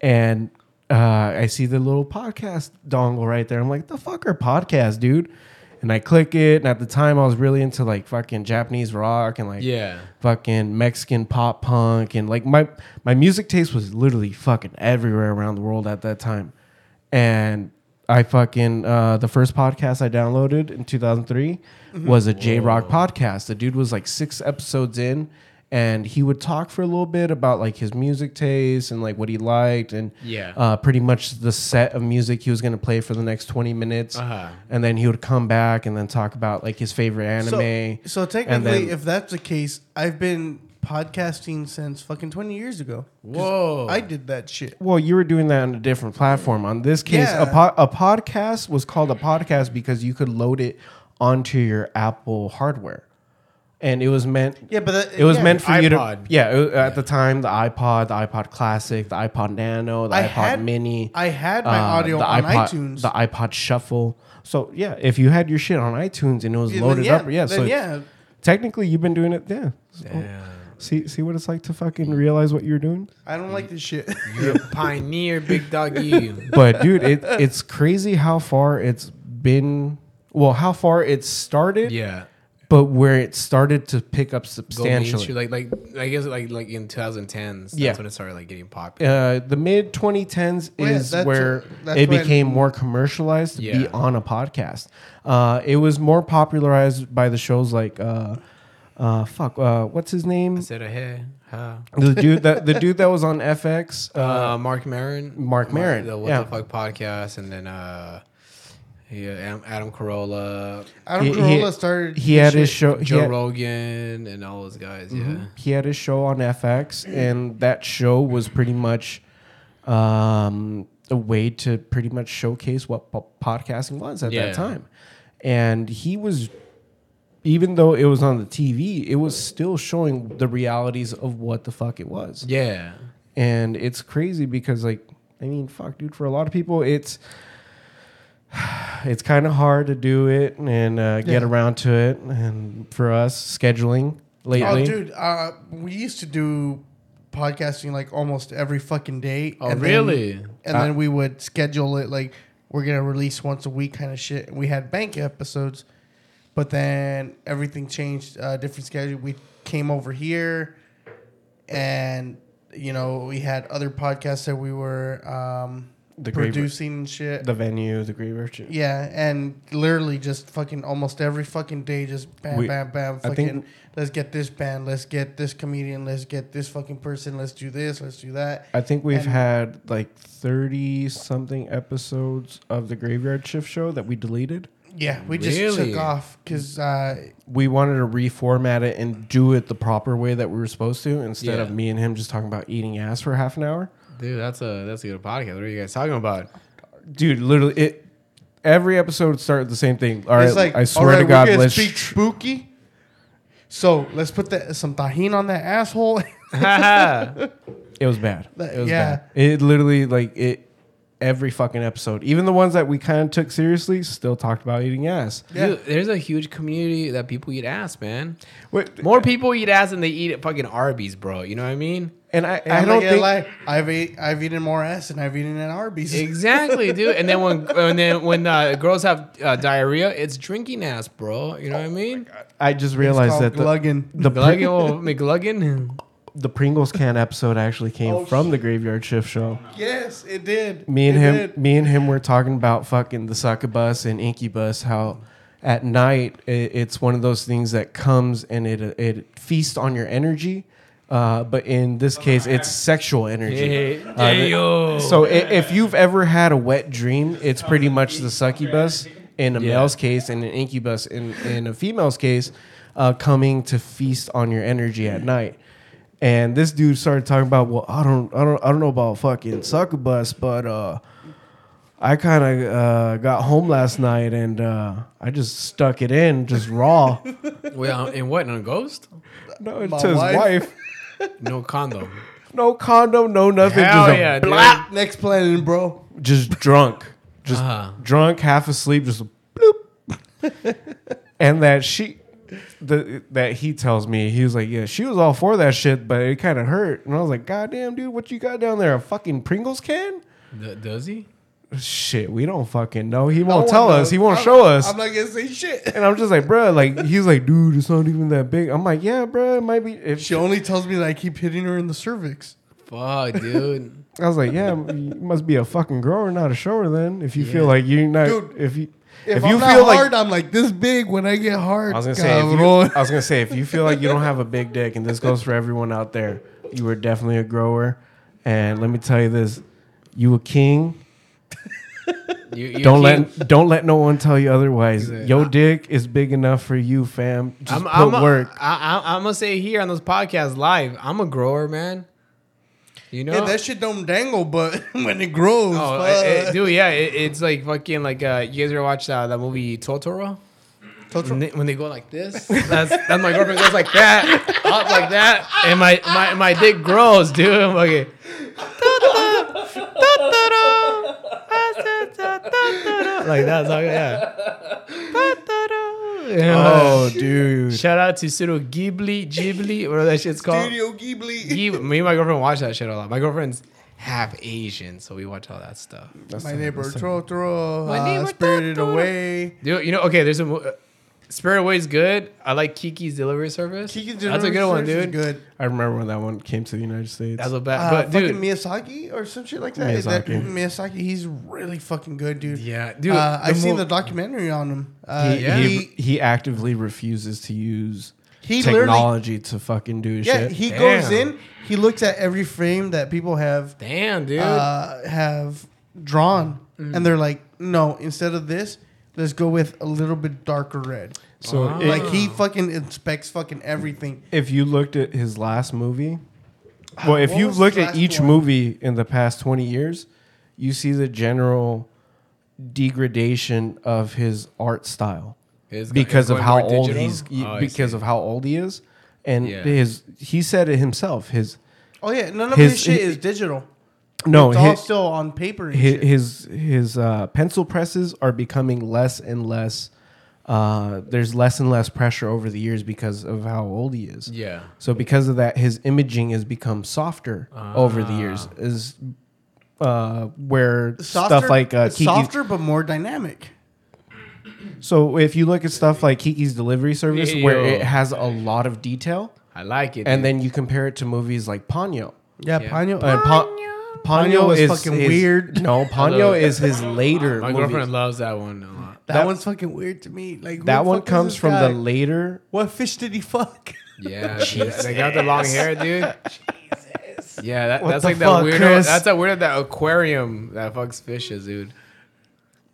and uh, I see the little podcast dongle right there. I'm like, the fuck are podcasts, dude? And I click it, and at the time I was really into like fucking Japanese rock and like
Yeah.
fucking Mexican pop punk and like my my music taste was literally fucking everywhere around the world at that time. And I fucking uh, the first podcast I downloaded in 2003
Mm-hmm.
was a J Rock podcast. The dude was like six episodes in, and he would talk for a little bit about like his music taste and like what he liked and
Yeah.
uh, pretty much the set of music he was gonna play for the next 20 minutes.
Uh-huh.
And then he would come back and then talk about like his favorite anime.
So, so
and
technically,
then-
if that's the case, I've been podcasting since fucking twenty years ago. 'Cause
Whoa.
I did that shit.
Well, you were doing that on a different platform. On this case,
Yeah.
a, po- a podcast was called a podcast because you could load it onto your Apple hardware, and it was meant.
Yeah, but that,
It was
yeah.
meant for you to.
iPod.
Yeah, it, at the time, the iPod, the iPod Classic, the iPod Nano, the
I
iPod
had-
Mini.
I had my
uh,
audio on
iPod,
iTunes.
The iPod Shuffle. So yeah, if you had your shit on iTunes and it was
Yeah, then
loaded
yeah,
up, yeah.
then
So
yeah.
technically, you've been doing it. Yeah. See, see what it's like to fucking realize what you're doing.
I don't like this shit. (laughs)
You're (laughs) a pioneer, big dog. You.
but dude, it, it's crazy how far it's been. Well, how far it started,
Yeah.
but where it started to pick up
Go mainstream,
substantially.
Like, like I guess like like in 2010s.
Yeah.
That's when it started like getting popular.
uh, the mid 2010s
Well, yeah,
is
that's
where
a- that's
it
when-
became more commercialized to be
Yeah.
on a podcast. Uh, it was more popularized by the shows like, uh, uh, fuck, uh, what's his name?
Instead of hey, huh.
The dude that the dude that was on FX. Uh,
uh, Mark Maron.
Mark Maron,
The What
yeah.
the Fuck podcast, and then uh, yeah, Adam, Adam Carolla,
Adam
He- he-
Carolla started.
he
this
had his
shit.
show. he
Joe
had-
Rogan, and all those guys. Yeah.
he had his show on FX, and that show was pretty much um, a way to pretty much showcase what po- podcasting was at
Yeah.
that time. And he was, even though it was on the TV, it was still showing the realities of what the fuck it was.
Yeah.
And it's crazy because, like, I mean, fuck, dude, for a lot of people, it's. (sighs) It's kind of hard to do it and uh, get around to it, and for us scheduling lately.
Oh, dude, uh, we used to do podcasting like almost every fucking day.
Oh,
and then-
really?
and then we would schedule it like we're gonna release once a week kind of shit. We had bank episodes, but then everything changed. Uh, different schedule. We came over here, and you know we had other podcasts that we were um,
The Grey Ver-
producing and shit.
the venue, the Grey Virtue.
yeah, and literally just fucking almost every fucking day, just bam,
We-
bam, bam.
I
Fucking,
think-
let's get this band, let's get this comedian, let's get this fucking person, let's do this, let's do that.
I think we've
And-
had like 30 something episodes of the Graveyard Shift show that we deleted.
Yeah, we just
Really?
took off because uh,
We wanted to reformat it and do it the proper way that we were supposed to instead of
Yeah.
me and him just talking about eating ass for half an hour.
Dude, that's a that's a good podcast. What are you guys
(laughs)
talking about? (laughs)
Dude, literally it every episode started the same thing. All right,
It's like,
I swear
all right,
to God,
we're gonna
let's
speak spooky. So let's put that, some tahini on that asshole. (laughs)
it was bad. It was
Yeah.
bad. It literally like it every fucking episode. Even the ones that we kind of took seriously still talked about eating ass.
Yeah.
Dude, there's a huge community that people eat ass, man.
Wait,
More people eat ass than they eat at fucking Arby's, bro. You know what I mean?
and I,
And
I
I'm
don't
not gonna
think
lie, I've ate, I've eaten more ass than I've eaten at Arby's.
Exactly, dude. And then when (laughs) and then when uh, girls have uh, diarrhea, it's drinking ass, bro. You know what I mean?
I just realized
called
that the,
glugging.
the Pr-
Gluggin, oh, McGluggin.
the Pringles can episode actually came from the Graveyard Shift show.
Yes, Oh, it did.
Me and
It
him,
did.
me and him were talking about fucking the succubus and incubus. How at night it, it's one of those things that comes and it it feasts on your energy. Uh, but in
Oh,
this case, it's sexual energy.
Yeah.
Uh, the-
Ayo.
so i- if you've ever had a wet dream, it's pretty much the succubus in a
Yeah.
male's case and an incubus in, in a female's case uh, coming to feast on your energy at night. And this dude started talking about, well, I don't, I don't, I don't know about fucking succubus, but uh, I kind of uh, got home last night and uh, I just stuck it in, just
(laughs)
raw.
Well, and what? No ghost?
no, it
My
says
wife.
wife.
No condom.
No condom, no nothing.
Hell
just a
yeah, dude.
blap,
Ah, Next planet, bro.
just drunk, just
Uh-huh.
drunk, half asleep, just bloop. and that she, the that he tells me, he was like, yeah, she was all for that shit, but it kind of hurt. And I was like, God damn, dude, what you got down there? A fucking Pringles can?
D- does he?
Shit, we don't fucking know. He
No
won't
one
tell us.
knows.
He won't
Oh, I'm-
show us.
I'm not gonna say shit.
and I'm just like, bruh, like he's like, dude, it's not even that big. I'm like, yeah, bruh, it might be. If
She only tells me that I keep hitting her in the cervix.
Fuck, dude.
I was like, yeah, you must be a fucking grower, not a shower. Then if you feel
Yeah.
like you're not,
Dude,
if you
If,
if,
I'm
you
not
feel like
hard, I'm like this big when I get hard.
I was gonna say, if you, (laughs) I was gonna say, if you feel like you don't have a big dick, and this goes for everyone out there, you were definitely a grower. And let me tell you this: you a king.
You, you
don't
can't-
let don't let no one tell you otherwise.
Exactly.
Your dick is big enough for you, fam. Just
I'm,
put
I'm a,
work.
I, I, I'm gonna say here on this podcast live, I'm a grower, man. You know,
Yeah, that shit don't dangle, but (laughs) when it grows,
oh,
fuck.
eh,
it- it- dude, yeah, it, it's like fucking like uh, you guys ever watched uh, that movie Totoro? When, they, when they go like (laughs) this, that's, that's my girlfriend goes like that, up like that, and my my, my dick grows, dude. I'm like, (laughs) like that's how yeah. (laughs) And I'm like, (laughs)
Oh, dude.
Shout out to Studio Ghibli, Ghibli, whatever that shit's called.
uh,
Studio
(laughs)
Ghibli.
Ghib- me and my girlfriend watch that shit a lot. My girlfriend's half Asian, so we watch all that stuff.
My neighbor Totoro,
My
uh,
neighbor
Spirited
Totoro.
Away.
Dude, you know, okay, there's a mo- uh, Spirit Away's good. I like Kiki's Delivery Service.
Kiki's
That's
Delivery
a good one,
Service is
dude.
Good.
I remember when that one came to the United States.
That's a bad,
Uh,
but dude,
fucking Miyazaki or some shit like that. Is that
Miyazaki.
Miyazaki? He's really fucking good, dude.
yeah, dude.
uh, I've seen
mo-
the documentary on him. Uh,
he,
yeah.
he,
he,
he actively refuses to use
He literally-
technology to fucking do his
yeah,
shit.
he
Damn.
goes in. He looks at every frame that people have
Damn, dude.
uh, have drawn,
Mm.
and they're like, no, instead of this, let's go with a little bit darker red.
so
Ah.
it-
Like he fucking inspects fucking everything.
if you looked at his last movie, well, if
What
you've
was his
looked at
last
each
one?
movie in the past 20 years, you see the general degradation of his art style
It's go-
because
it's
of
going
how
more
old
digital?
he's
Oh, I
because
see.
of how old he is and
Yeah.
his he said it himself his
Oh yeah, none of
His-
his, shit
his-
is digital.
no
it's
hi-
all still on paper. And
his
shit.
his, his uh, pencil presses are becoming less and less. Uh, there's less and less pressure over the years because of how old he is.
yeah.
So because of that, his imaging has become softer over the
Ah.
years. Is uh, where stuff like uh,
it's
Kiki.
softer but more dynamic.
So if you look at stuff like Kiki's delivery service, where
Ew.
it has a lot of detail,
I like it.
and
dude.
then you compare it to movies like Ponyo.
Yeah,
Yeah.
Ponyo.
Uh, Pon- Ponyo
Ponyo is
is
fucking
is-
weird.
(laughs)
No, Ponyo is his later.
my
movies.
girlfriend loves that one a
(laughs)
lot.
that,
that-
one's fucking weird to me. Like who
That
the
one
fuck is
comes
this
from
guy?
the later.
What fish did he fuck? (laughs)
Yeah, dude, they got the long hair, dude. Jesus. Yeah, that, that's
the
like
fuck,
that weirdo.
Chris?
That's that weirdo that aquarium that fucks fishes, dude.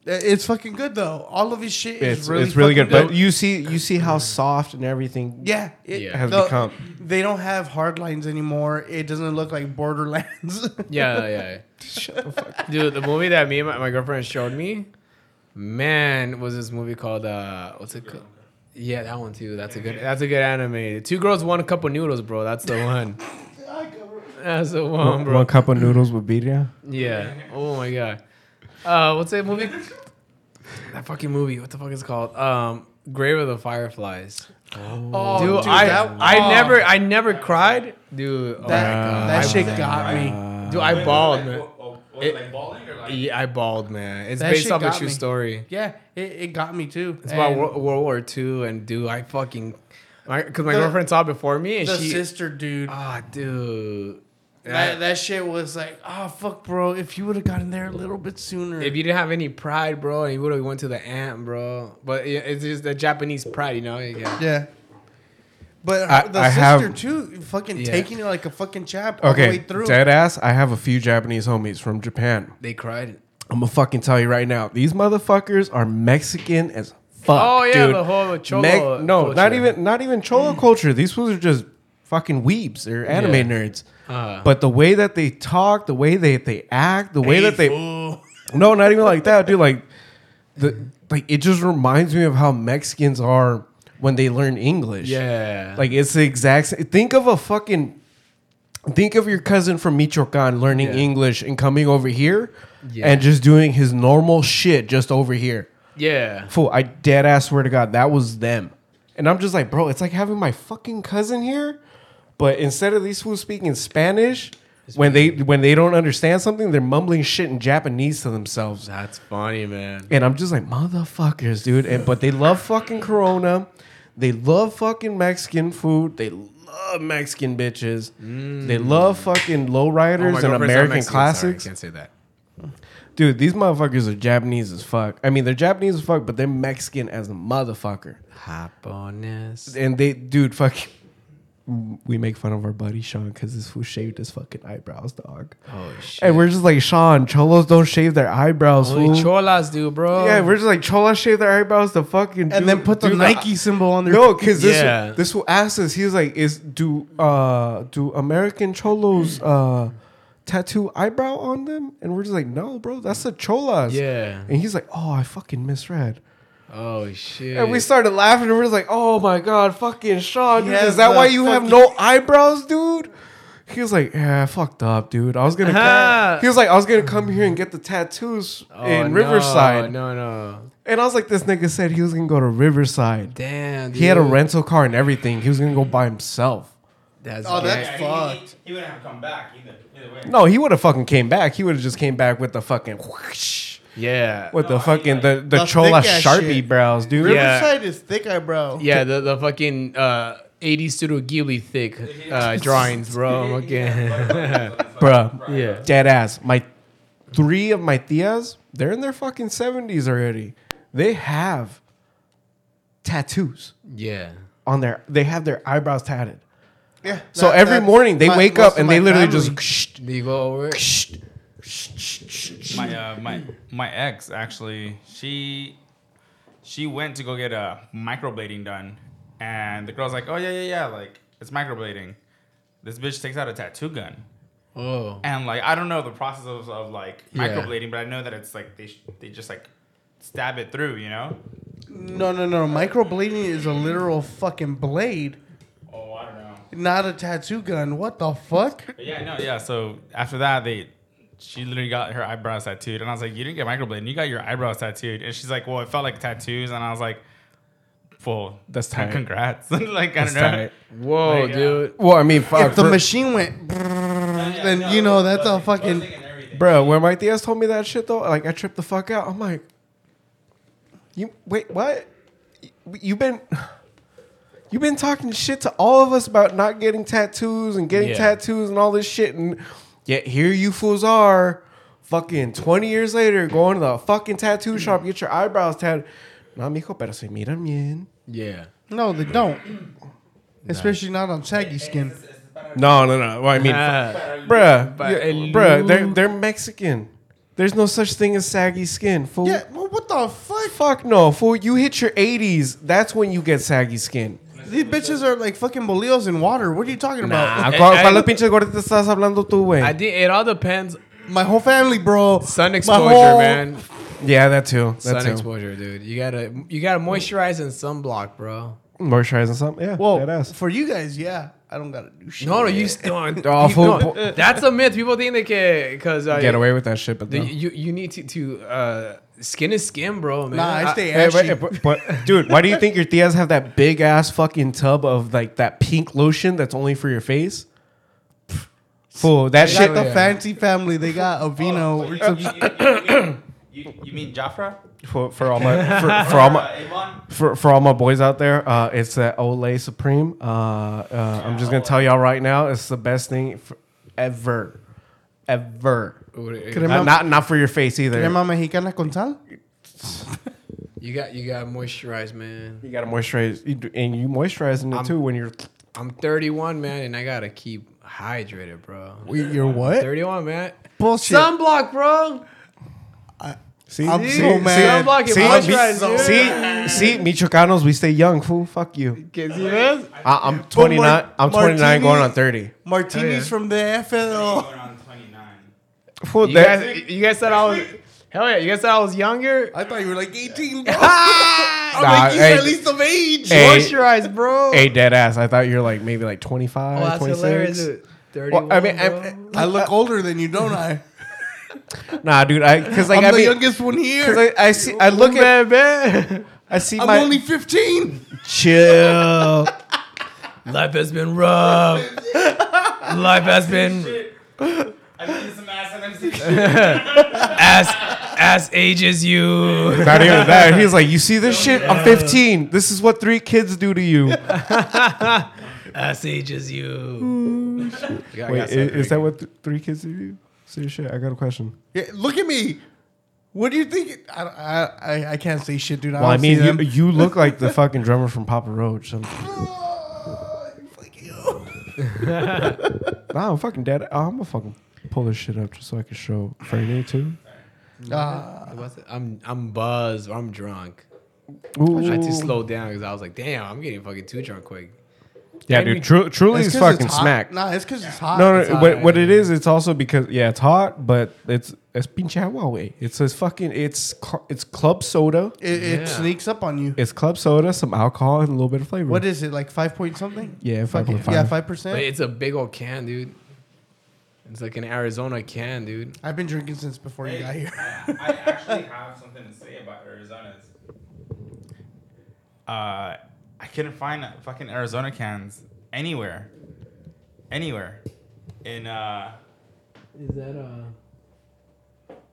Uh, it's fucking good though. All of his shit
It's
is really
it's really
fucking
good, but you see you see how soft and everything.
yeah, it
Yeah.
has
the-
become.
They don't have hard lines anymore. It doesn't look like Borderlands. (laughs)
Yeah, yeah. (laughs) Shut the fuck, dude. The movie that me and my, my girlfriend showed me, man, was this movie called uh, what's it called? Yeah, that one too. That's a good. That's a good anime. Two girls, one cup of noodles, bro. That's the one. That's the one,
One,
bro.
one cup of noodles would beat you.
Yeah. Oh my god. Uh, what's that movie? That fucking movie. What the fuck is it called? Um, Grave of the Fireflies.
oh,
Dude, Oh. I I never I never cried, dude.
that,
oh my God.
that
I-
shit got me.
dude, I bawled, man. It-
Like balling or like?
Yeah, I bawled, man. It's
That
based
shit
off a
got
true
me.
story.
yeah, it, it got me too.
It's about
And
World, World War II, and dude, I fucking, my because my
The-
girlfriend saw it before me, and
the
she,
sister, dude.
ah, dude.
Oh, That, that shit was like, oh fuck, bro. If you would have gotten there a little bit sooner,
If you didn't have any pride, bro, and you would have went to the ant, bro. But it- it's just the Japanese pride, you know. Yeah.
yeah. But
I-
the
I
sister
have-
too, fucking
Yeah.
taking it like a fucking chap all the way
Okay,
through.
dead ass. I have a few Japanese homies from Japan.
They cried.
I'm gonna fucking tell you right now. These motherfuckers are Mexican as fuck.
Oh, yeah,
dude.
the whole Cholo
no, not
culture. Mm.
even not even Cholo culture. These fools are just fucking weebs. They're anime
Yeah.
nerds.
Uh,
But the way that they talk, the way that they act, the way that they
Hey, fool.
(laughs) No, not even like that, dude. Like the like it just reminds me of how Mexicans are when they learn English.
Yeah.
Like it's the exact same. Think of a fucking think of your cousin from Michoacan learning
Yeah.
English and coming over here
Yeah.
and just doing his normal shit just over here.
yeah.
Fool, I dead ass swear to God, that was them. And I'm just like, bro, it's like having my fucking cousin here, but instead of these fools speaking Spanish, when they when they don't understand something, they're mumbling shit in Japanese to themselves.
That's funny, man.
And I'm just like, motherfuckers, dude. And but they love fucking Corona. They love fucking Mexican food. They love Mexican bitches. They
Mm.
love fucking
Oh,
lowriders and American classics.
I can't say that.
Dude, these motherfuckers are Japanese as fuck. I mean, they're Japanese as fuck, but they're Mexican as a motherfucker.
Happiness.
And they, dude, fuck. We make fun of our buddy Sean because this fool shaved his fucking eyebrows, dog.
Oh shit.
And we're just like, Sean, cholos don't shave their eyebrows.
Holy
fool."
cholas, dude, bro.
yeah, we're just like, cholos shave their eyebrows to fucking
Oh. and
do-
then put the
do
Nike symbol on their.
No, because this
Yeah.
this will ask us. He's like, is do uh do American cholos uh tattoo eyebrow on them? And we're just like, no, bro, that's a cholas.
Yeah.
And he's like, oh, I fucking misread.
Oh shit.
And we started laughing, and we're like, "Oh my god, fucking Sean, dude,
Yes,
is that
the
why you have
fucking-
no eyebrows, dude?" He was like, "Yeah, I fucked up, dude. I was
(laughs)
gonna." Come,
Ah.
he was like, "I was gonna come here and get the tattoos
Oh,
in
no,
Riverside,"
No, no.
and I was like, "This nigga said he was gonna go to Riverside.
Damn.
He had a
dude.
rental car and everything. He was gonna go by himself.
That's
Oh, that's
gay.
He,
fucked.
he wouldn't have come back either. Either way.
No, he would have fucking came back. He would have just came back with the fucking whoosh,
Yeah.
with the fucking the the,
The
chola
thick-ass
sharpie
shit.
brows, dude.
Yeah.
Riverside is thick eyebrow.
Yeah, the, the fucking uh, 80s Studio Ghibli thick
(laughs)
uh, drawings, bro. Again.
bruh.
yeah.
dead ass. My three of my tias, they're in their fucking seventies already. They have tattoos
(laughs) Yeah.
on their. They have their eyebrows tatted.
Yeah,
So
that-
every
that's
morning they
my-
wake
most
up
of
and
my
they literally
family.
just.
Do you go over? it?
my uh, my my ex actually she she went to go get a microblading done and the girl's like oh yeah yeah yeah like it's microblading this bitch takes out a tattoo gun
Oh.
and like i don't know the process of, of like microblading but i know that it's like they sh- they just like stab it through you know
No, no, no. Microblading is a literal fucking blade,
oh i don't know
not a tattoo gun. What the fuck?
but yeah no yeah so after that they she literally got her eyebrows tattooed and i was like you didn't get microblading you got your eyebrows tattooed and she's like well it felt like tattoos and i was like well
That's tight.
(laughs) congrats like i don't know
tight.
Whoa,
Like, uh,
dude.
Well, I mean, fuck,
If the
for-
machine went, then you know that's a fucking.
bro. When my tias told me that shit though, like I tripped the fuck out. I'm like, you wait, what? You've been. (sighs) You've been talking shit to all of us about not getting tattoos and getting
Yeah.
tattoos and all this shit, and yet here you fools are, fucking twenty years later, going to the fucking tattoo shop, get your eyebrows tattooed. No, mijo, pero se miran bien.
Yeah.
No, they don't. Especially not on saggy skin.
No, no, no. Uh, Well, I mean,
Ah.
bruh,
But-
yeah, bruh, they're they're Mexican. There's no such thing as saggy skin, fool.
Yeah. Well, what the fuck?
Fuck no, fool. You hit your 80s, that's when you get saggy skin.
These bitches are like fucking bolios in water. What are you talking about?
Ah,
I-
¿cuál-
I-
cuál los pinches gorditas estás hablando tú, güey?
I think it all depends.
My whole family, bro.
Sun
My
exposure,
whole-
man.
Yeah, that too. That
Sun
too.
exposure, dude. You gotta you gotta moisturize and sunblock, bro.
Moisturizing something. Yeah,
Well,
that ass.
for you guys, yeah. I don't gotta do shit.
No, no, you still.
(laughs) Oh, fool.
no, that's a myth. People think they can because uh,
Get away with that shit, but
the-
no.
you you need to to uh, skin is skin, bro. Man.
Nah, I stay
Hey,
ashy.
Eh, but, but- but- dude, why do you think your tias have that big ass fucking tub of like that pink lotion that's only for your face? Fool, that
They got
shit.
the fancy family. They got a vino.
you,
It's
you,
a-
(laughs) you, you, you mean Jafra?
For, for all my for, for all
Uh,
my
Avon?
for, for all my boys out there, uh, it's that Olay Supreme. Uh, uh, I'm just gonna tell y'all right now, it's the best thing f ever, ever.
What-
Not,
Crema-
not not for your face either.
Crema mexicana con sal?
You got you got moisturize, man.
You gotta moisturize, you do- and you moisturizing it too when you're.
I'm 31, man, and I gotta keep hydrated, bro.
You're what?
31, man.
Bullshit.
Sunblock, bro.
See,
I'm
see,
so mad.
Sunblock and
See,
moisturize,
see,
dude.
see, see, Michoacanos, we stay young, fool. Fuck you.
Can you see this?
I, I'm 29. I'm 29,
Martini-
going on 30.
Martinis from the FL.
Going on 29.
Fool,
You
that-
guys, you guys said I was. Hell yeah! You guys thought I was younger?
I thought you were like 18, bro.
Ah!
I'm
Nah,
like, you're
hey.
at least of age.
Hey.
Wash your eyes, bro.
Hey, dead ass. I thought you were like maybe like
oh,
25,
that's hilarious.
26.
dude. Thirty-one.
Well, I mean,
bro.
I,
I look older than you, don't I?
nah, dude. I because like
I'm
I
the
mean,
youngest one here.
'cause I, I see. I look at I see
I'm
my
only 15. (laughs)
chill.
Life has been rough.
(laughs)
Life has been
I need some ass (laughs) MMC.
as as ages you.
Not even that. He's like, you see this shit? I'm 15. This is what three kids do
(laughs)
to you.
As ages you. Yeah, I
Wait, i-
got
is,
something.
that what th- three kids do to you? Serious shit. I got a question.
Yeah, look at me. What do you think? I, I, I, I can't say shit, dude. I,
Well, I
don't
mean,
see them.
you,
(laughs)
you look like the fucking drummer from Papa Roach. I'm,
Fuck you.
nah, I'm fucking dead. Uh, I'm gonna fucking pull this shit up just so I can show Friday too.
Ah,
What's it? I'm I'm buzzed. I'm drunk. I had to
Ooh.
slow down because I was like, damn, I'm getting fucking too drunk quick.
Yeah,
Can
dude.
we-
Tru- truly
it's
is
'cause it's
fucking
hot.
smack.
Nah, it's because it's hot.
No,
It's
no.
hot.
What, what it is? It's also because yeah, it's hot, but it's it's pinche agua, wey. It's it's fucking it's cl- it's club soda.
It, it
Yeah.
sneaks up on you.
It's club soda, some alcohol, and a little bit of flavor.
What is it? Like five point something?
Yeah,
Fuck it.
5.5.
Yeah, five
But
percent.
it's a big old can, dude. It's like an Arizona can, dude.
I've been drinking since before you got here. (laughs)
I actually have something to say about Arizona's. Uh, I couldn't find fucking Arizona cans anywhere, anywhere. In uh, (laughs)
Is that uh?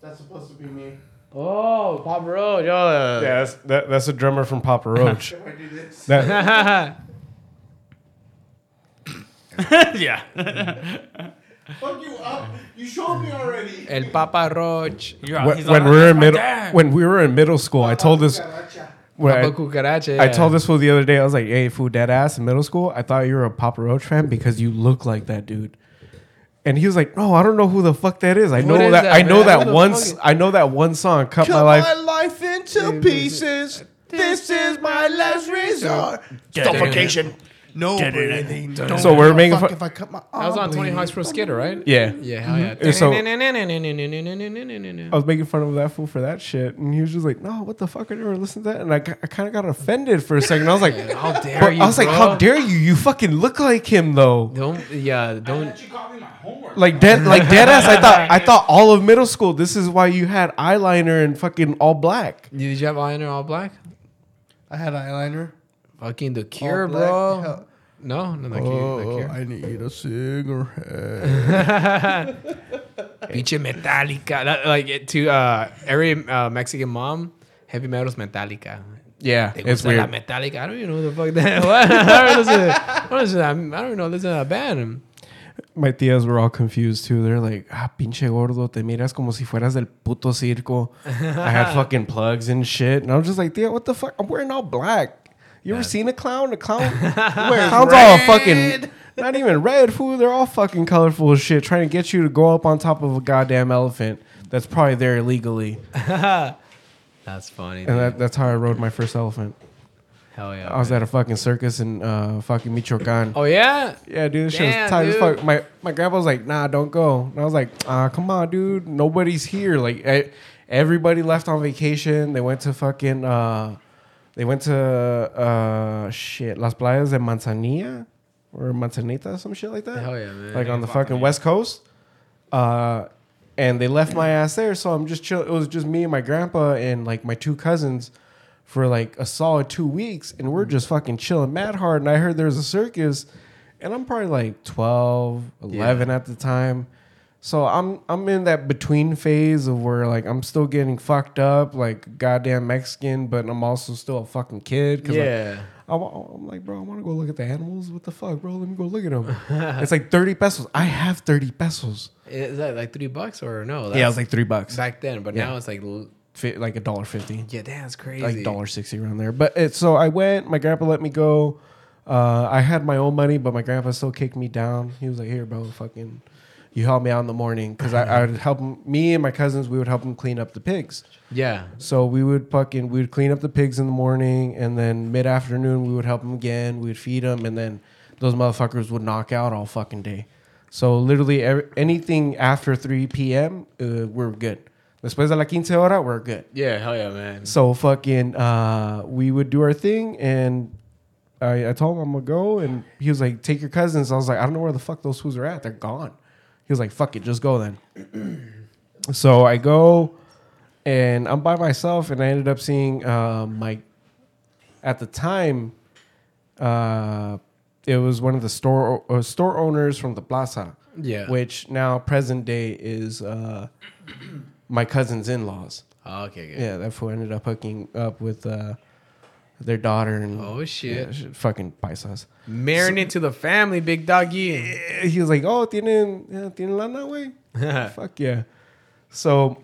That's supposed to be me.
Oh, Papa Roach. Oh.
Yeah, that's, that, that's a drummer from Papa (laughs) Roach.
If I do this,
that, (laughs)
(laughs)
yeah,
fuck you up. You showed me already.
El Papa Roach.
You're
when,
he's
when
on-
we were
that's
in
my
middle,
dad.
when we were in middle school, I told (laughs) this. when
Papa
I,
Cucaracha.
I told this fool the other day. I was like, "Hey, fool, dead ass." In middle school, I thought you were a Papa Roach fan because you look like that dude. And he was like, "No, I don't know who the fuck that is. I know
is
that,
that,
I know
man?
that
Who the
one.
fuck
s-
is-
I know that one song. Cut my
Cut
life."
my life into pieces. This is my last resort.
Suffocation.
No breathing. Don't
So we're
give a
making
fuck
fu-
if I cut my
That was on
arm
Tony
bleeding.
Hawk's Pro Skater, right?
Yeah. Mm-hmm.
Yeah, hell yeah.
And so- I
Oh,
was making fun of that fool for that shit, and he was just like, "No, what the fuck? I never listened to that." And I, I kind of got offended for a second. I was
(laughs)
like,
How
Oh.
dare
but
you?
I was like,
bro.
"How dare you? You fucking look like him, though."
Don't, yeah, don't.
She called me my homework.
Like dead, (laughs) like dead ass. I thought, I thought all of middle school. This is why you had eyeliner and fucking all black.
Did you have eyeliner all black?
I had eyeliner.
Fucking the cure,
black?
bro.
Hell.
No, no, the cure.
Oh,
The cure.
I need a cigarette.
Pinche Metallica. That, like, it- to uh, every uh, Mexican mom, heavy metal's Metallica.
Yeah,
They
it's
gusta la
weird.
Metallica. I don't even know who the fuck that (laughs) was. I don't listen to- I don't listen to that- I don't know. Listen to that band.
My tias were all confused too. They're like, "Ah, pinche gordo, te miras como si fueras del puto circo." I
(laughs)
had fucking plugs and shit, and I was just like, "Tia, what the fuck? I'm wearing all black." You ever seen a clown? A
(laughs)
clown clowns all fucking not even red fool. They're all fucking colorful as shit, trying to get you to go up on top of a goddamn elephant that's probably there illegally.
That's funny.
And
dude.
that, that's how I rode my first elephant.
Hell yeah.
I was at a fucking circus in uh, fucking Michoacan.
oh, yeah?
Yeah, dude, this shit
Damn,
was tight as
dude.
fuck. My my grandpa was like, "Nah, don't go," and I was like, "Ah, come on, dude, nobody's here." Like, e- everybody left on vacation. They went to fucking, uh, they went to uh, shit, Las Playas de Manzanilla or Manzanita, some shit like that.
Hell yeah, man.
Like on the fucking West Coast. Uh, and they left my ass there, so I'm just chill. It was just me and my grandpa and like my two cousins for like a solid two weeks, and we're just fucking chilling mad hard. And I heard there was a circus, and I'm probably like 12, 11 at the time. So I'm I'm in that between phase of where like I'm still getting fucked up, like goddamn Mexican, but I'm also still a fucking kid. 'cause, like,
Yeah.
I wa- I'm like, bro, I want to go look at the animals. What the fuck, bro? Let me go look at them. it's like 30 pesos. I have 30 pesos.
Is that like three bucks or
yeah,
no?
it
that's
was like three bucks.
back then, but
Yeah.
now it's like, l-
Fi- like a dollar fifty.
yeah, damn, it's crazy.
Like dollar sixty around there. But it, so I went, my grandpa let me go. Uh, I had my own money, but my grandpa still kicked me down. He was like, Here, bro, fucking you help me out in the morning. Cause I, I would help him me and my cousins, we would help him clean up the pigs.
Yeah.
So we would fucking we would clean up the pigs in the morning, and then mid afternoon we would help them again. We would feed them, and then those motherfuckers would knock out all fucking day. So literally ev anything after three p.m. Uh, we're good. Después de la quince hora, we're good.
Yeah, hell yeah, man.
So fucking, uh, we would do our thing, and I, I told him I'm gonna go, and he was like, "Take your cousins." I was like, "I don't know where the fuck those fools are at. They're gone." He was like, "Fuck it, just go then." (clears throat) so I go, and I'm by myself, and I ended up seeing uh, my. At the time, uh, it was one of the store uh, store owners from the plaza.
Yeah.
Which now present day is uh, my cousin's in laws.
Oh, okay, good.
Yeah, that fool ended up hooking up with uh, their daughter and
Oh, shit.
yeah, shit, fucking paisas.
Marrying into the family, big doggy.
Eh, He was like, "Oh, tienen, yeah, tienen lana, way."
(laughs)
Fuck yeah. So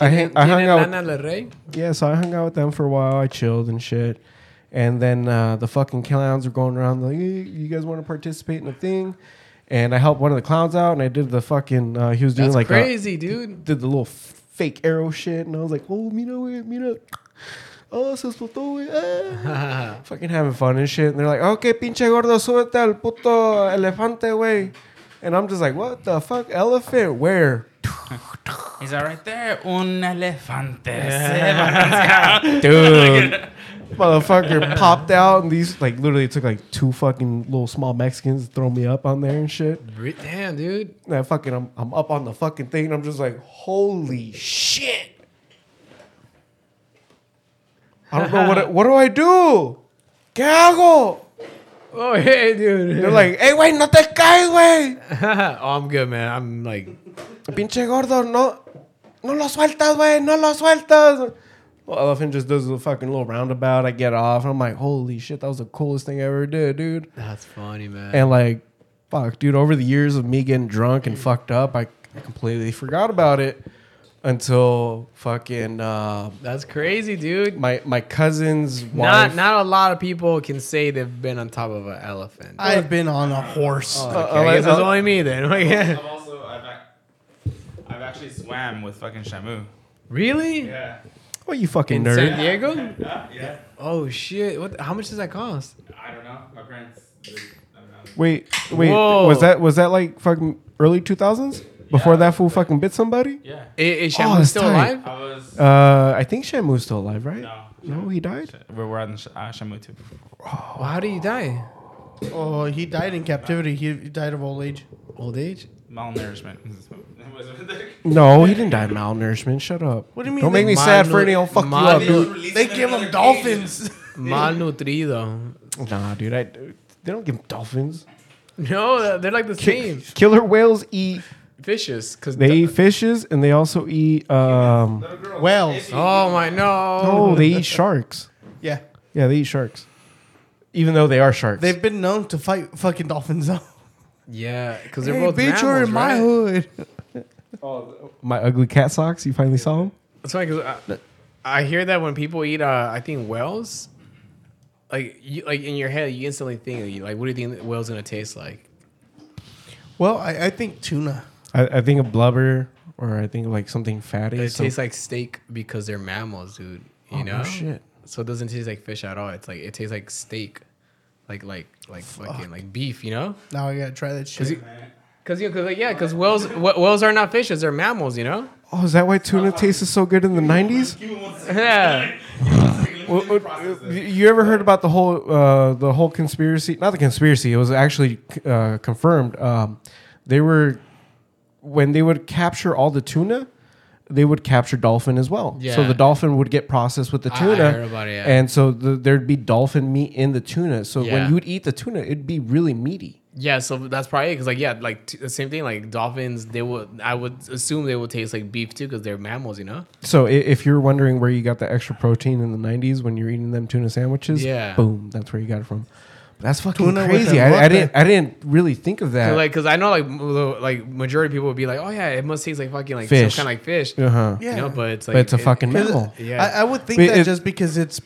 I, hang, I hung out. with-
Lana Del Rey?
yeah, so I hung out with them for a while. I chilled and shit. And then uh, the fucking clowns were going around like, hey, you guys want to participate in a thing? And I helped one of the clowns out, and I did the fucking. Uh, he was doing
That's
like a-
crazy, dude.
did the little f- fake arrow shit, and I was like, oh, mira, güey, mira. Oh, se explotó, güey. Ah. Fucking having fun and shit. And they're like, okay, pinche gordo, súbete al puto elefante, güey. And I'm just like, what the fuck? Elephant? Where?
He's all right there. Un elefante. se va.
Dude. (laughs) Motherfucker popped out, and these, like, literally, it took like two fucking little small Mexicans to throw me up on there and shit.
Re- Damn, dude.
And I fucking, I'm, I'm up on the fucking thing, and I'm just like, holy shit. I don't know what, I- what do I do? ¿Qué hago?
Oh, (laughs) hey, dude.
They're like, hey, güey, no te caes, güey.
(laughs) oh, I'm good, man. I'm like,
Pinche gordo, no, no lo sueltas, güey, no lo sueltas. Well, Elephant just does a fucking little roundabout. I get off, and I'm like, holy shit, that was the coolest thing I ever did, dude.
that's funny, man.
And like, fuck, dude, over the years of me getting drunk and fucked up, I I completely forgot about it until fucking uh,
that's crazy, dude.
my my cousin's wife.
Not not a lot of people can say they've been on top of an elephant. I,
I've been on a horse.
uh,
guess it's
uh,
only me then. (laughs)
(laughs) I've also, I've, ac- I've actually swam with fucking Shamu.
really?
Yeah. Ah,
what Oh, you fucking
In
nerd?
San Diego?
Yeah.
Oh shit! What? The, how much does that cost?
I don't know. My parents. I don't know.
Wait, wait,
Whoa.
was that was that like fucking early two thousands? Before that fool fucking bit somebody?
Yeah.
Is, is
Oh,
Eh, Shamu
that's
still
tight.
alive?
I was.
Uh, I think Shamu's still alive, right?
no.
No, he died.
We're, we're on Sh- uh, Shamu too.
Well, how do you die?
Oh, he died in captivity. He died of old age.
Old age?
Malnourishment.
No, he didn't die of malnourishment. Shut up.
What do you mean
Don't
they
make me sad,
malnu-
Fernie. I'll fuck
mal-
you up,
They give him (laughs) dolphins.
Malnutrido.
dude. Nah, dude. I, they don't give dolphins.
No, they're like the same
Killer whales eat.
fishes because
They eat fishes and they also eat. Um,
Whales.
Oh my no!
oh, they eat sharks.
Yeah.
Yeah, they eat sharks. Even though they are sharks.
They've been known to fight fucking dolphins though.
Yeah, because they're
Hey,
both
bitch, you're
mammals,
in my
right?
hood.
(laughs) My ugly cat socks. You finally saw them.
That's funny 'cause I, I hear that when people eat, uh, I think whales, like you, like in your head, you instantly think like, what do you think the whale's gonna taste like?
Well, I, I think tuna.
I, I think of blubber or I think of like something fatty.
It
some-
tastes like steak because they're mammals, dude. You
Oh, no
know,
shit.
So it doesn't taste like fish at all. It's like it tastes like steak, like like like fucking like beef. You know,
Now I gotta try that shit.
because you know, cause, like, yeah, because whales (laughs) wh- whales are not fishes; they're mammals. You know. (laughs)
oh, is that why tuna tasted so good in the 90s?
Yeah.
What- what- you uh, you ever heard about the whole uh, the whole conspiracy? Not the conspiracy. It was actually uh, confirmed. Um, they were when they would capture all the tuna, they would capture dolphin as well. So
Yeah.
the dolphin would get processed with the
I- I
tuna,
heard about it, yeah.
and so the, there'd be dolphin meat in the tuna. So
Yeah.
when you would eat the tuna, it'd be really meaty.
Yeah, so that's probably because like yeah, like t- the same thing. Like dolphins, they would I would assume they would taste like beef too because they're mammals, you know.
So i- if you're wondering where you got the extra protein in the '90s when you're eating them tuna sandwiches,
Yeah.
boom, that's where you got it from. But that's fucking
Tuna with
crazy.
a
I, I
rubber.
didn't. I didn't really think of that.
So, like, cause I know like m- the- like majority of people would be like, oh yeah, it must taste like fucking like
Fish.
some kind of like fish.
uh huh.
Yeah.
You know, but it's like
but it's a
it-
fucking
Because
mammal.
it-
Yeah.
I, I would think
Wait,
that
it-
just because it's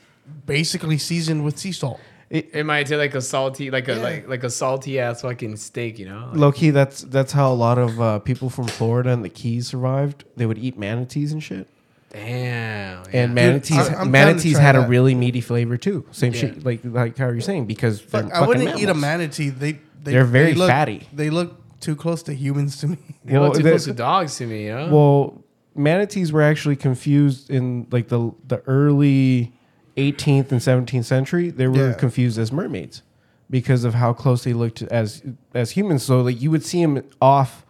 basically seasoned with sea salt.
It, might taste like a salty, like a
Yeah.
like like a salty ass fucking steak, you know. Like,
Low key, that's that's how a lot of uh, people from Florida and the Keys survived. They would eat manatees and shit,
damn. Yeah.
and manatees
I'm- I'm down to
manatees
try
had a
that.
really meaty flavor too. Same
Yeah.
shit, like like how you're saying, because they're
Fuck, I wouldn't
fucking
eat a
mammals.
manatee. They, they
They're very
they look,
fatty.
They look too close to humans to me. (laughs)
They look
Well,
too
they-
close to dogs to me, you know.
well, manatees were actually confused in like the the early 18th and 17th century. They were
Yeah.
confused as mermaids because of how close they looked as as humans. So like you would see them off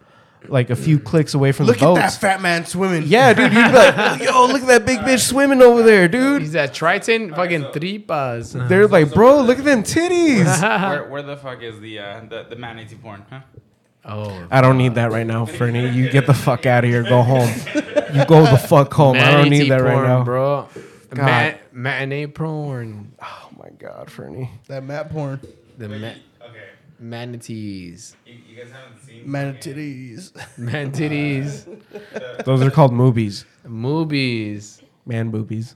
like a few clicks away from
Look
the
at
boats.
that fat man swimming.
yeah, dude, you'd be
(laughs)
like, yo, look at that big bitch swimming over there, dude.
He's at Triton, fucking tripas.
They're like, bro, look at them
(laughs)
titties.
where, where the fuck is the uh, the, the manatee porn? Huh?
Oh,
I don't need that right now, Fernie. You get the fuck out of here. Go home. You go the fuck home. Oh, I don't need that right now.
bro.
God.
Ma- matinee porn.
Oh my god, Fernie.
That mat porn.
The ma-
Okay,
manatees,
you, you guys haven't seen
Manatees. (laughs)
manatees,
Those are called movies.
movies.
Man boobies.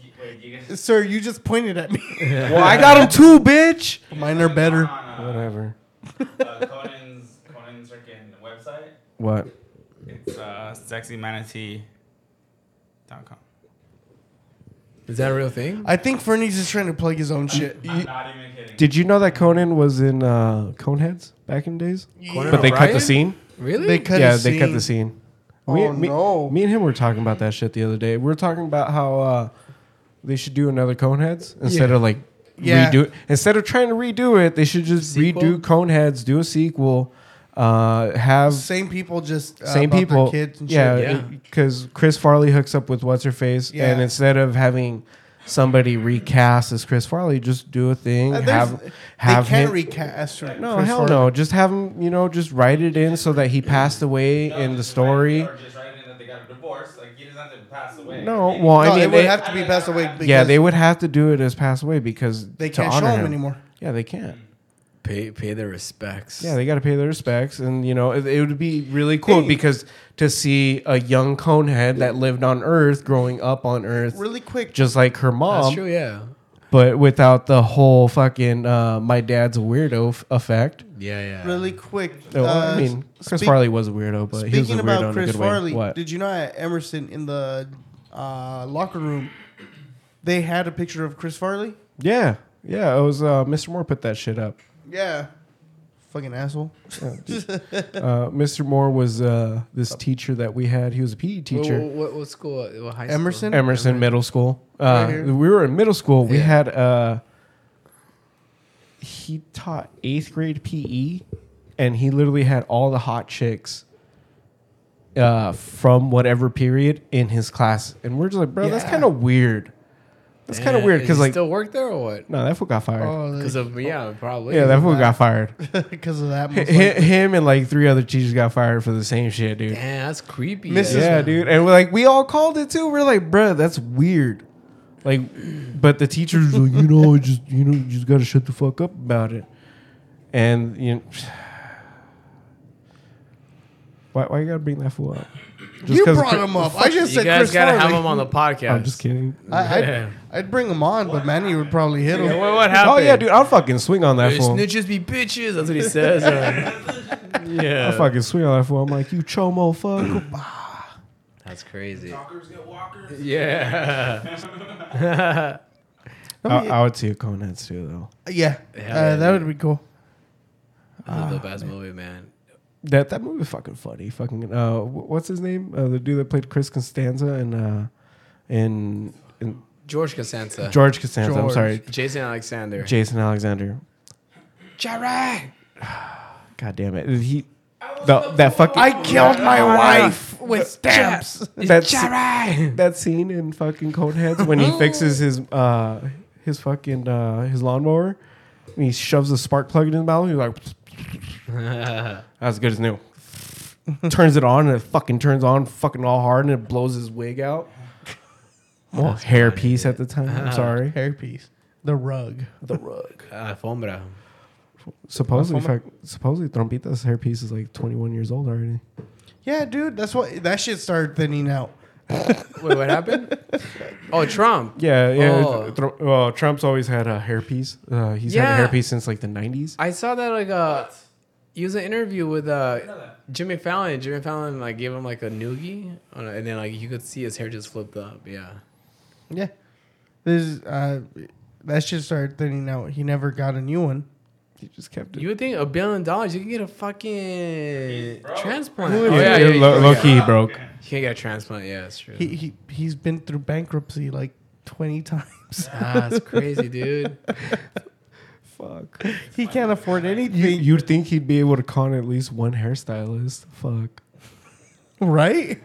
You, wait, you guys,
Sir, you just pointed at me.
Well, I got them too, bitch.
Mine are better.
on
Whatever.
uh, uh, Conan's Conan's freaking website.
What?
It's uh, sexymanatee.com.
Is that a real thing?
I think Fernie's just trying to plug his own shit.
I'm not even kidding.
Did you know that Conan was in uh, Coneheads back in the days?
Conan
But they cut the
O'Brien?
scene.
Really?
They cut
yeah,
a
they cut
scene.
the scene.
Oh, no.
Me and him were talking about that shit the other day. We were talking about how uh, they should do another Coneheads instead
Yeah.
of like
Yeah.
redo it. Instead of trying to redo it, they should just
Sequel?
redo Coneheads, do a sequel, uh, have
Same people, just uh,
same
about their
people.
kids and shit.
yeah,
Yeah.
because Chris Farley hooks up with what's her face,
Yeah.
and instead of having somebody recast as Chris Farley, just do a thing.
Uh, there's-
have have
they can't
him.
recast. Right?
no, hell no. Just have him, you know, just write it in so that he passed away in the story.
Or just write it in that they got a divorce. Like he doesn't have to pass away.
No, well, I
No,
mean,
it would
they-
have to be passed away. Because
yeah, they would have to do it as passed away because
They
to
can't show
honor
him anymore.
Yeah, they can't.
pay pay their respects.
Yeah, they got to pay their respects, and you know it, it would be really cool because to see a young conehead that lived on Earth, growing up on Earth,
Really quick,
just like her mom.
that's true. Yeah,
but without the whole fucking uh, my dad's a weirdo f- effect.
yeah, yeah.
really quick.
No,
uh,
I mean, Chris
speak-
Farley was a weirdo, but he was a
Speaking
weirdo
about
in a
Chris
good way.
Farley,
What?
did you know at Emerson in the uh, locker room they had a picture of Chris Farley?
yeah, yeah. It was uh, Mr. Moore put that shit up.
Yeah, fucking asshole.
Uh, Mr. Moore was uh, this teacher that we had. He was a PE
What,
teacher.
what, what school? What high school?
Emerson?
Emerson Middle School. Uh,
Right here.
we were in middle school. We
Yeah.
had uh, he taught eighth grade PE, and he literally had all the hot chicks uh, from whatever period in his class, and we're just like, bro, that's
Yeah.
kind of weird. That's kind of
Yeah,
weird
is
because
he
like,
still work there or what?
no, that fool got fired.
(laughs)
Because of yeah, probably.
yeah, that fool got
(laughs)
fired.
because of
(laughs)
that.
Hi-
most likely.
Him and like three other teachers got fired for the same shit, dude.
Damn, that's creepy.
Mrs.
Yeah,
Yeah.
dude. And we're like, we all called it too. We're like, bruh, that's weird. Like, but the teacher's like, you know, just you know, you just gotta shut the fuck up about it. And you know, (sighs) why why you gotta bring that fool up? Just
you
'cause
brought
Chris-
him up. I just
You
said
guys
Chris
gotta
Farley.
have him on the podcast.
I'm just kidding.
I, I'd,
Yeah.
I'd bring him on, but Manny would probably hit him.
What, what happened?
Oh yeah, dude, I'll fucking swing on that
Hey,
fool.
Snitches be bitches. That's what he says. uh,
I (laughs)
yeah.
fucking swing on that fool. I'm like, you chomo fuck.
That's crazy.
Walkers get walkers.
Yeah.
I, I would see a Coneheads too though.
Yeah,
Yeah,
uh,
yeah,
that
dude.
would be cool.
Ah.
That's the best movie, man.
That that movie was fucking funny. Fucking uh, wh- what's his name? Uh, the dude that played Chris Costanza and uh, in in
George Costanza.
George Costanza. I'm
George.
sorry,
Jason Alexander.
Jason Alexander.
Jared.
God damn it! He the, that fucking I
Killed my wife with stamps.
Uh, (laughs) That's that scene in fucking Coneheads when he fixes his uh his fucking uh his lawnmower and he shoves a spark plug in his mouth. He's like, that's good as new. turns it on and it fucking turns on fucking all hard and it blows his wig out. Well, hairpiece at the time. I'm sorry.
Hairpiece, (laughs) the rug.
The rug.
Ah, Alfombra.
Supposedly, fuck, supposedly, Trompita's hairpiece is like 21 years old already.
Yeah, dude, that's what that shit started thinning out.
Wait,
(laughs)
what happened? Oh, Trump.
Yeah, yeah.
Oh.
Tr- well, Trump's always had a hairpiece. Uh, he's had
Yeah.
a hairpiece since like the 90s.
I saw that like uh he was in an interview with uh Jimmy Fallon. Jimmy Fallon like gave him like a noogie, on it, and then like you could see his hair just flipped up. Yeah,
Yeah, this uh, that shit started thinning out. He never got a new one.
He just kept it.
You would think a billion dollars, you can get a fucking transplant.
Oh,
Oh,
yeah,
yeah,
you're
yeah,
low,
you Oh,
low
can-
key broke.
You can't get a transplant. Yeah, that's true.
He, he he's been through bankruptcy like twenty times.
ah, it's crazy, dude.
(laughs) Fuck.
he can't afford anything,
You, you'd think he'd be able to con at least one hairstylist. Fuck.
(laughs) right?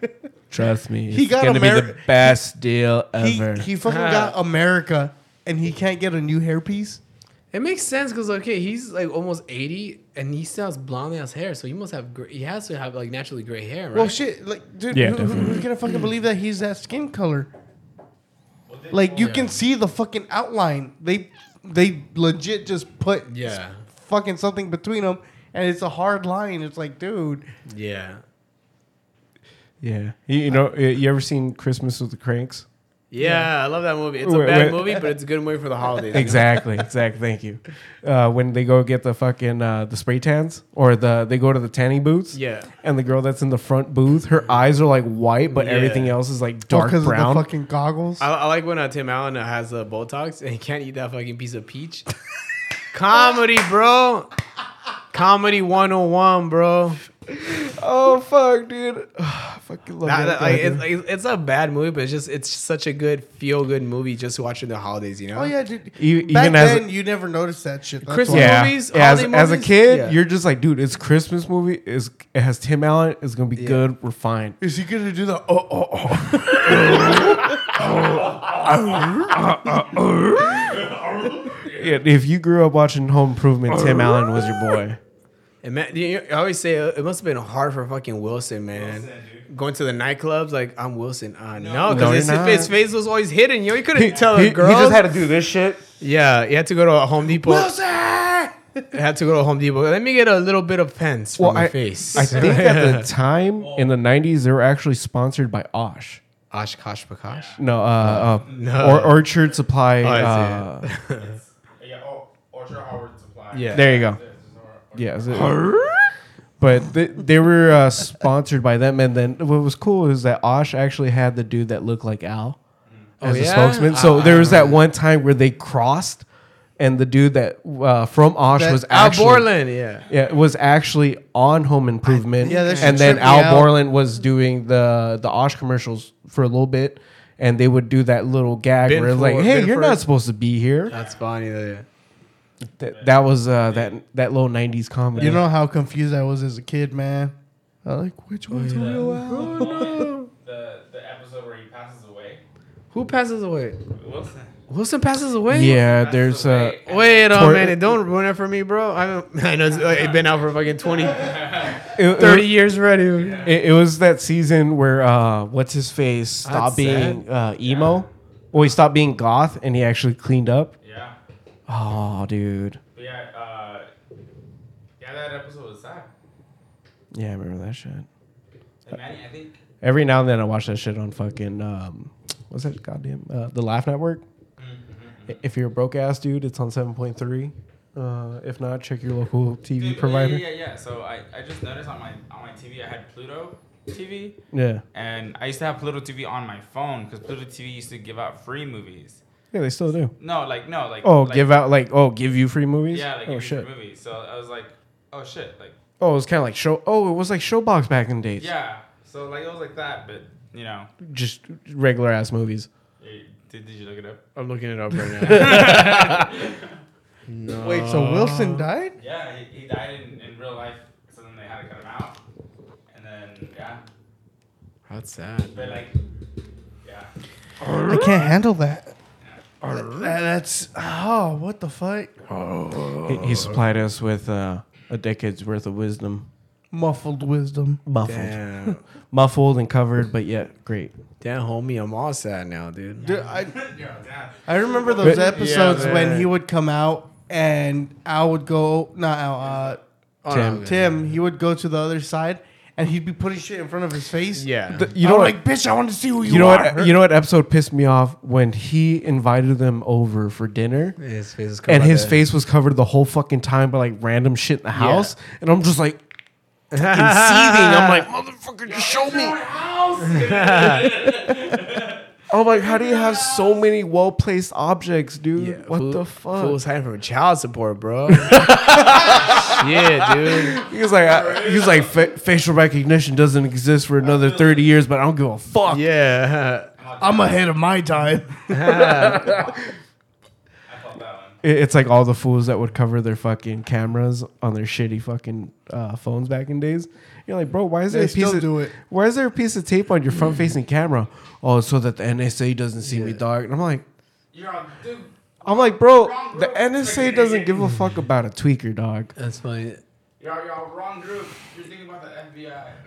Trust me.
He
it's
got
gonna be the
Ameri-
best deal
He,
ever.
he fucking got America, and he can't get a new hairpiece.
It makes sense because okay, he's like almost eighty, and he still has blonde ass hair, so he must have gr- he has to have like naturally gray hair, right?
Well, shit, like, dude,
Yeah,
who, who-
definitely.
who's gonna fucking believe that he's that skin color? Like, you can see the fucking outline. They they legit just put
Yeah.
fucking something between them, and it's a hard line. It's like, dude, oh,
yeah,
yeah. You, you know, you you ever seen Christmas with the Cranks?
yeah. I love that movie. It's
Wait,
a bad
wait.
movie, but it's a good movie for
(laughs)
the holidays.
Exactly. exactly. Thank you. Uh, when they go get the fucking uh, the spray tans or the they go to the tanning booths.
Yeah.
And the girl that's in the front booth, her eyes are like white, but
Yeah.
everything else is like dark
because of the
brown.
fucking goggles.
I, I like when uh, Tim Allen has uh, Botox and he can't eat that fucking piece of peach. (laughs) Comedy, bro. Comedy 101, bro.
oh fuck, dude. (sighs) I fucking love
That,
that.
that- like,
guy,
it's,
dude.
like, it's a bad movie, but it's just it's such a good feel good movie just to watch in the holidays, you know?
oh yeah, dude.
E-
Back
even as a-
then, you never noticed that shit. That's
Christmas-
why.
yeah.
movies,
Yeah, as,
holiday
as a
movies,
kid,
yeah.
you're just like, dude, it's Christmas movie. Is it has Tim Allen? It's gonna be good. We're fine.
Is he gonna do the? Oh, oh, oh.
Yeah, if you grew up watching Home Improvement, Tim Allen was your boy.
And man, you, you- I always say uh, it must have been hard for fucking Wilson, man. Going to the nightclubs, like I'm Wilson. Uh, no,
No,
because
you're
his, his
not.
face was always hidden. You, know, you couldn't (laughs) tell
he,
a girl.
He just had to do this shit.
yeah, you had to go to a Home Depot. had to go to Home Depot. Let me get a little bit of pence for
Well,
my
I,
face.
I think at the time in the '90s, they were actually sponsored by Osh.
Oshkosh Bakosh.
No, uh, uh,
No.
Or Orchard Supply.
I
uh,
Yeah, oh, Orchard Howard Supply.
Yeah.
there you go. Yeah, is it- but they, they were uh, sponsored by them. And then what was cool is that Osh actually had the dude that looked like Al
Oh,
as a
yeah?
spokesman. So
I-
there was that one time where they crossed, and the dude that uh, from Osh
That-
was
Al
actually
Borland, yeah.
Yeah, it was actually on Home Improvement.
Yeah, that should
and then
trip me
Al
out.
Borland was doing the the Osh commercials for a little bit, and they would do that little gag
Ben
where it's like,
Ford-
"Hey,
Ben
you're
Ford.
not supposed to be here."
That's funny. Yeah.
That, that was uh, that that little '90s comedy.
You know how confused I was as a kid, man. I
Uh,
was like, which
Oh,
one's real? Al?
The, the episode where he passes away.
Who passes away?
Wilson.
Wilson passes away?
yeah,
Passes
there's uh,
away.
Wait a
Tor-
minute. Don't ruin it for me, bro. I'm, (laughs) I know it's, it's been out for fucking 20,
it, it-
30 years already.
It, it was that season where uh, what's his face stopped
That's
being uh, emo. Well, he stopped being goth, and he actually cleaned up.
Yeah.
Oh, dude.
But yeah, uh, yeah, that episode was sad.
Yeah, I remember that shit.
And Manny, I think.
Every now and then I watch that shit on fucking um, what's that goddamn uh, the Laugh Network.
Mm-hmm.
I- If you're a broke ass dude, it's on seven point three. Uh, if not, check your local TV
Dude,
provider.
Yeah, yeah, yeah. So I, I just noticed on my on my TV I had Pluto TV,
Yeah.
and I used to have Pluto TV on my phone because Pluto TV used to give out free movies.
yeah, they still do.
No, like no, like
Oh,
like,
give out like oh, give you free movies.
yeah, like
oh
give you free
shit.
movies. So I was like, oh shit, like
Oh, it was kind of like show. Oh, it was like Showbox back in the days.
yeah. So like it was like that, but you know,
Just regular ass movies.
eh, did, did you look it up?
I'm looking it up right now.
Wait, so Wilson died?
Yeah, he, he died in, in real life, so then they had to cut him out, and then yeah,
That's sad.
but like yeah.
I can't handle that. That- that's oh, what the fuck,
He, he supplied us with uh, a decade's worth of wisdom,
muffled wisdom.
muffled,
Damn.
muffled and covered, but yet great.
Damn, homie, I'm all sad now, dude.
(laughs)
Dude, I
Yeah, damn.
I remember those
But-
episodes
Yeah,
when
man.
he would come out and Al would go, not Al, uh,
Tim.
Tim. He would go to the other side and he'd be putting shit in front of his face.
Yeah.
You know, what?
like, bitch, I want to see who you,
You know
are.
what? You know what episode pissed me off when he invited them over for dinner,
His face is covered
and
by
his
the-
face was covered the whole fucking time by like random shit in the house, and I'm just
(laughs)
like fucking seething.
(laughs)
I'm like, motherfucker, just show me. I'm like, how do you have so many well placed objects, dude?
Yeah,
what
fool-
the fuck?
Fools hiding from child support, bro. yeah,
(laughs)
dude.
He was like, I, he was like, fa- facial recognition doesn't exist for another 30 years, but I don't give a fuck.
Yeah.
I'm ahead of my time.
I felt that one.
It- It's like all the fools that would cover their fucking cameras on their shitty fucking uh, phones back in days. You're like, bro, why is there
They
a piece
still
of
do it.
why is there a piece of tape on your front facing camera? Oh, so that the NSA doesn't see me, dog. And I'm like,
You're on, dude.
I'm like, bro,
Wrong
the
group.
NSA doesn't give a fuck about a tweaker, dog.
That's funny. (laughs)
You're, you're all wrong group. You're thinking about the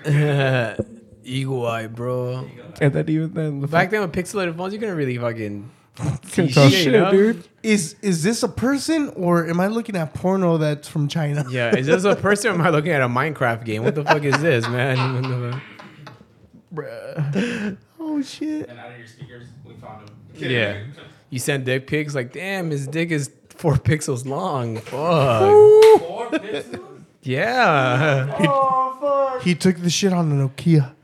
FBI.
Eagle eye, bro.
And then even then, the
Back then with pixelated phones, you couldn't really fucking.
fucking
shit,
shit,
you know?
dude.
Is is this a person or am I looking at porno that's from China?
Yeah, is this a person? or am I looking at a Minecraft game? What the fuck is this, man? (laughs) What the fuck?
Oh shit.
and out of your speakers, we found him.
Yeah. You send dick pics like, damn, his dick is four (laughs) pixels long. Fuck.
Four pixels?
(laughs) Yeah. (laughs)
Oh, fuck.
He took the shit on a Nokia.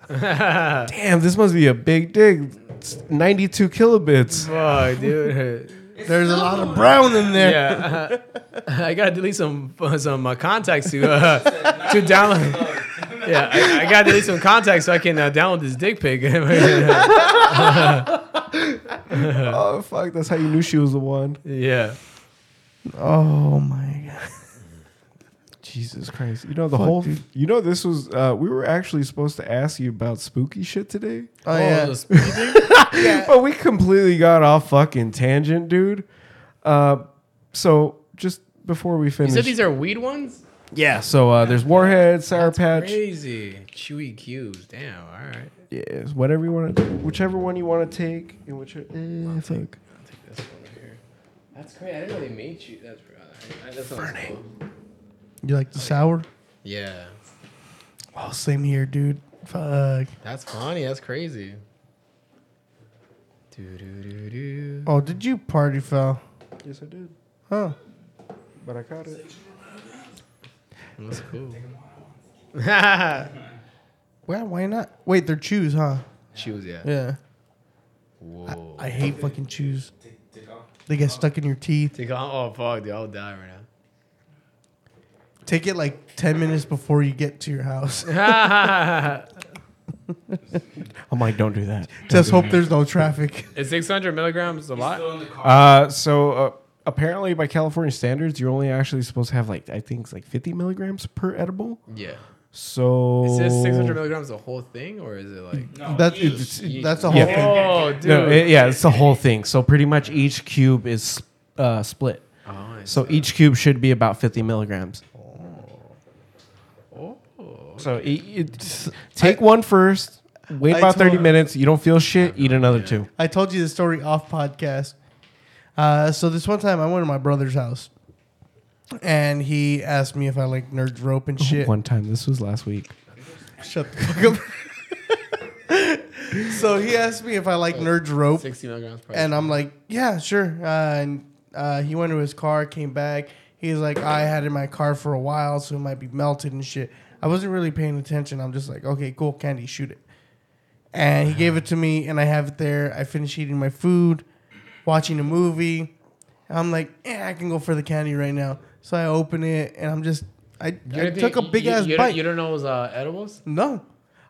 Damn, this must be a big dick. It's 92 kilobits.
Fuck, (laughs) dude.
There's a lot of brown in there.
Yeah. I gotta delete some some uh, contacts to uh, to download. Yeah, I, I gotta delete some contacts so I can uh, download this dick pic. (laughs) yeah.
Oh fuck, that's how you knew she was the one.
Oh my god.
Jesus Christ. You know the whole you know this was uh we were actually supposed to ask you about spooky shit today.
Oh, yeah.
those spooky dick-
But we completely got off fucking tangent, dude. Uh so just before we
You
finish
said these are weed ones?
Yeah, so uh there's Warhead, Sour Patch,
Crazy. Chewy cubes. Damn, all right.
yes, whatever you want to do, whichever one you want to take and which eh, fuck.
This one right here. That's crazy. I didn't know they made you. That's, I, I, that's Burning.
You like the sour?
Yeah.
Oh, same here, dude. Fuck.
That's funny. That's crazy. Doo-doo-doo-doo.
Oh, did you party foul?
Yes, I did.
Huh.
But I caught it.
That's cool.
Well, why not? Wait, they're chews, huh?
(laughs) Chews, yeah.
Yeah.
Whoa.
I hate fucking chews.
Take, take off.
They get stuck in your teeth.
Take on. Oh fuck, dude, I'll die right
Take it like 10 minutes before you get to your house. (laughs)
now.
I'm like, don't do that.
Just hope there's no traffic.
(laughs) Is 600 milligrams a lot?
Still in the car.
Uh, so uh, apparently, by California standards, you're only actually supposed to have like I think it's like 50 milligrams per edible.
Yeah.
So
Is this
Oh.
600 milligrams the whole thing, or is it like?
No,
(laughs) That,
eat.
it's,
eat.
that's a whole
Yeah.
thing.
Oh, dude.
No, it- yeah,
(laughs)
it's the whole thing. So pretty much each cube is uh, split.
oh, I
So each cube should be about 50 milligrams. So e- it, take one first. Wait
I
about 30
told-
minutes. You don't feel shit. Eat another two.
I told you the story off podcast. Uh, so this one time I went to my brother's house and he asked me if I like nerds rope and shit.
One time. This was last week.
Shut the fuck up. (laughs) so he asked me if I like nerds rope
60 milligrams. Probably.
and I'm like, yeah, sure. Uh, and uh, he went to his car, came back. He's like, I had it in my car for a while, so it might be melted and shit. I wasn't really paying attention. I'm just like, okay, cool, candy, shoot it. And he gave it to me, and I have it there. I finish eating my food, watching a movie. I'm like, eh, I can go for the candy right now. So I open it, and I'm just, I,
You
I
didn't
took a
think-
big
you,
ass
you
bite.
Don't, you don't know it was uh, edibles?
No,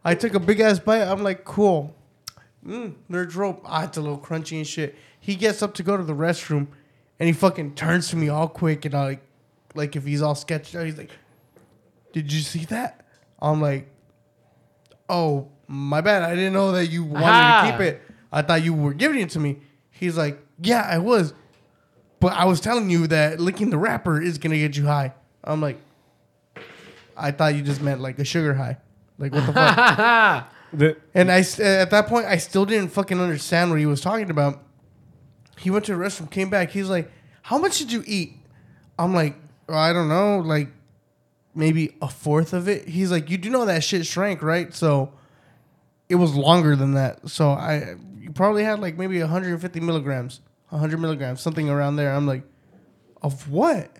I took a big ass bite. I'm like, cool. Mm, nerd's rope. Ah, it's a little crunchy and shit. He gets up to go to the restroom, and he fucking turns to me all quick and I like, like if he's all sketched out, he's like, "Did you see that?" I'm like, "Oh, my bad. I didn't know that you wanted
Ah.
to keep it. I thought you were giving it to me." He's like, "Yeah, I was, but I was telling you that licking the wrapper is gonna get you high." I'm like, "I thought you just meant like a sugar high." Like what the fuck?
The-
And I s- at that point I still didn't fucking understand what he was talking about. He went to the restroom, came back. He's like, "How much did you eat?" I'm like, well, "I don't know, like maybe a fourth of it." He's like, "You do know that shit shrank, right?" So it was longer than that. So I you probably had like maybe 150 milligrams, 100 milligrams, something around there. I'm like, "Of what?"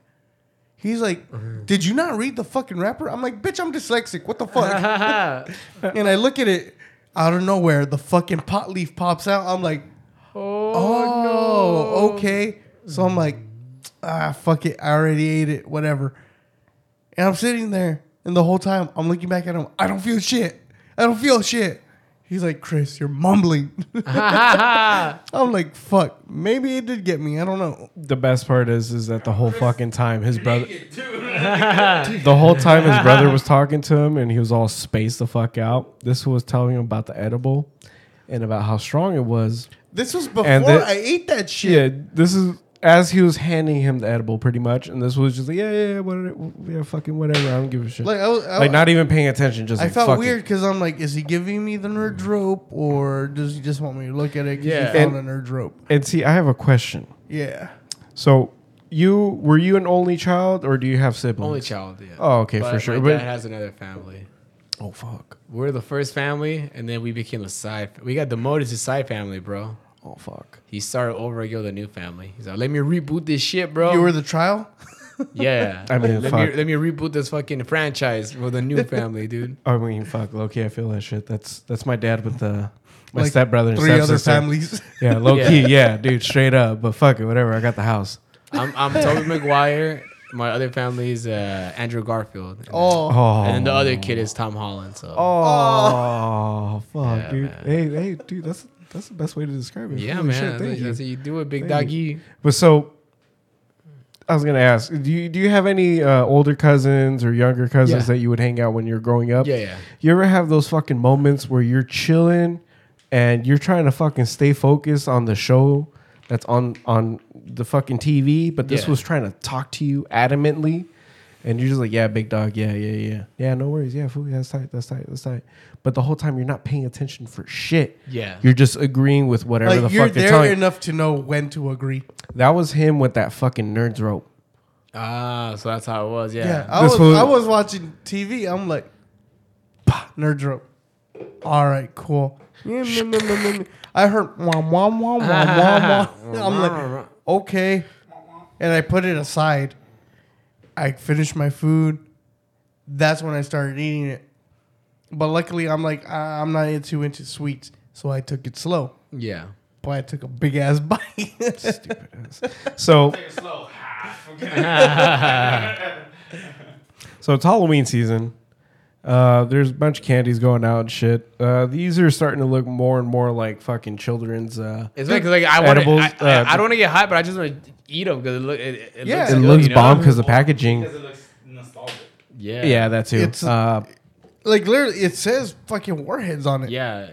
He's like, "Did you not read the fucking wrapper?" I'm like, "Bitch, I'm dyslexic. What the fuck?"
Ah,
and I look at it out of nowhere. The fucking pot leaf pops out. I'm like, oh no, okay. So I'm like, ah, fuck it. I already ate it, whatever. And I'm sitting there, and the whole time I'm looking back at him. I don't feel shit. I don't feel shit. He's like, Chris, you're mumbling. (laughs) I'm like, fuck. Maybe it did get me. I don't know.
The best part is, is that the whole fucking time his brother,
(laughs)
the whole time his brother was talking to him, and he was all spaced the fuck out. This was telling him about the edible, and about how strong it was.
This was before
that-
I ate that shit.
Yeah, this is as he was handing him the edible, pretty much, and this was just like, yeah, yeah, yeah, whatever, yeah, fucking whatever. I don't give a shit.
Like,
Like,
I was, I,
not even paying attention. Just
Oh, I
like,
felt
fuck it.
weird because I'm like, is he giving me the nerd rope or does he just want me to look at it? Cause
Yeah.
he found
And-
a nerd rope.
And see, I have a question.
Yeah.
So, you were you an only child, or do you have siblings?
Only child. Yeah.
Oh, okay,
But
for sure.
My
But-
dad has another family.
Oh fuck.
We're the first family, and then we became the side. We got demoted to side family, bro.
Oh fuck.
He started over again with a new family. He's like, let me reboot this shit, bro.
Oh.
You were the trial?
yeah.
I mean,
let
fuck.
me let me reboot this fucking franchise with a new
(laughs)
family, dude.
I mean, fuck, Loki. I feel that shit. That's that's my dad with the my
Like,
stepbrother and
Three other
stepsister.
families. (laughs)
Yeah, low
Yeah.
key. Yeah, dude, straight up. But fuck it, whatever. I got the house.
I'm I'm Toby Maguire. My other family is uh, Andrew Garfield. And-
Oh,
Oh,
And then the other kid is Tom Holland. So
oh, fuck,
Yeah,
dude.
man.
Hey, hey, dude. That's that's the best way to describe it.
yeah,
Holy
man.
shit,
that's,
thank
what-
you.
that's what you do it, big
Thank
doggy.
But so, I was gonna ask, do you do you have any uh, older cousins or younger cousins
Yeah.
that you would hang out when you're growing up?
Yeah, yeah.
You ever have those fucking moments where you're chilling and you're trying to fucking stay focused on the show that's on on the fucking TV, but this
Yeah.
was trying to talk to you adamantly, and you're just like, yeah, big dog, yeah, yeah, yeah, yeah, no worries, yeah, fool, yeah, that's tight, that's tight, that's tight. But the whole time you're not paying attention for shit.
Yeah.
you're just agreeing with
like
whatever the
you're
fuck they're telling.
there enough to know when to agree.
That was him with that fucking nerds rope.
Ah, so that's how it was.
Yeah,
Yeah.
I
This
was
was-
I was watching TV. I'm like, "Pah, nerd rope. All right, cool. I heard wah wah wah wah (laughs) wah wah. I'm like, okay, and I put it aside. I finished my food. That's when I started eating it. But luckily, I'm like, "Ah, I'm not into into sweets, so I took it slow.
yeah.
But I took a big ass (laughs) bite.
Stupid ass. So
slow.
(laughs)
so it's Halloween season. Uh, there's a bunch of candies going out and shit. Uh, these are starting to look more and more like fucking children's. Uh,
It's like, like I want
edibles,
to. I,
uh,
I, I don't want to get hot, but I just want to eat them because it, look, it, it
Yeah.
looks.
it
good,
looks
you know?
bomb because the packaging.
Because it looks nostalgic.
Yeah.
Yeah, that too.
It's-
uh,
like literally, it says fucking warheads on it.
Yeah.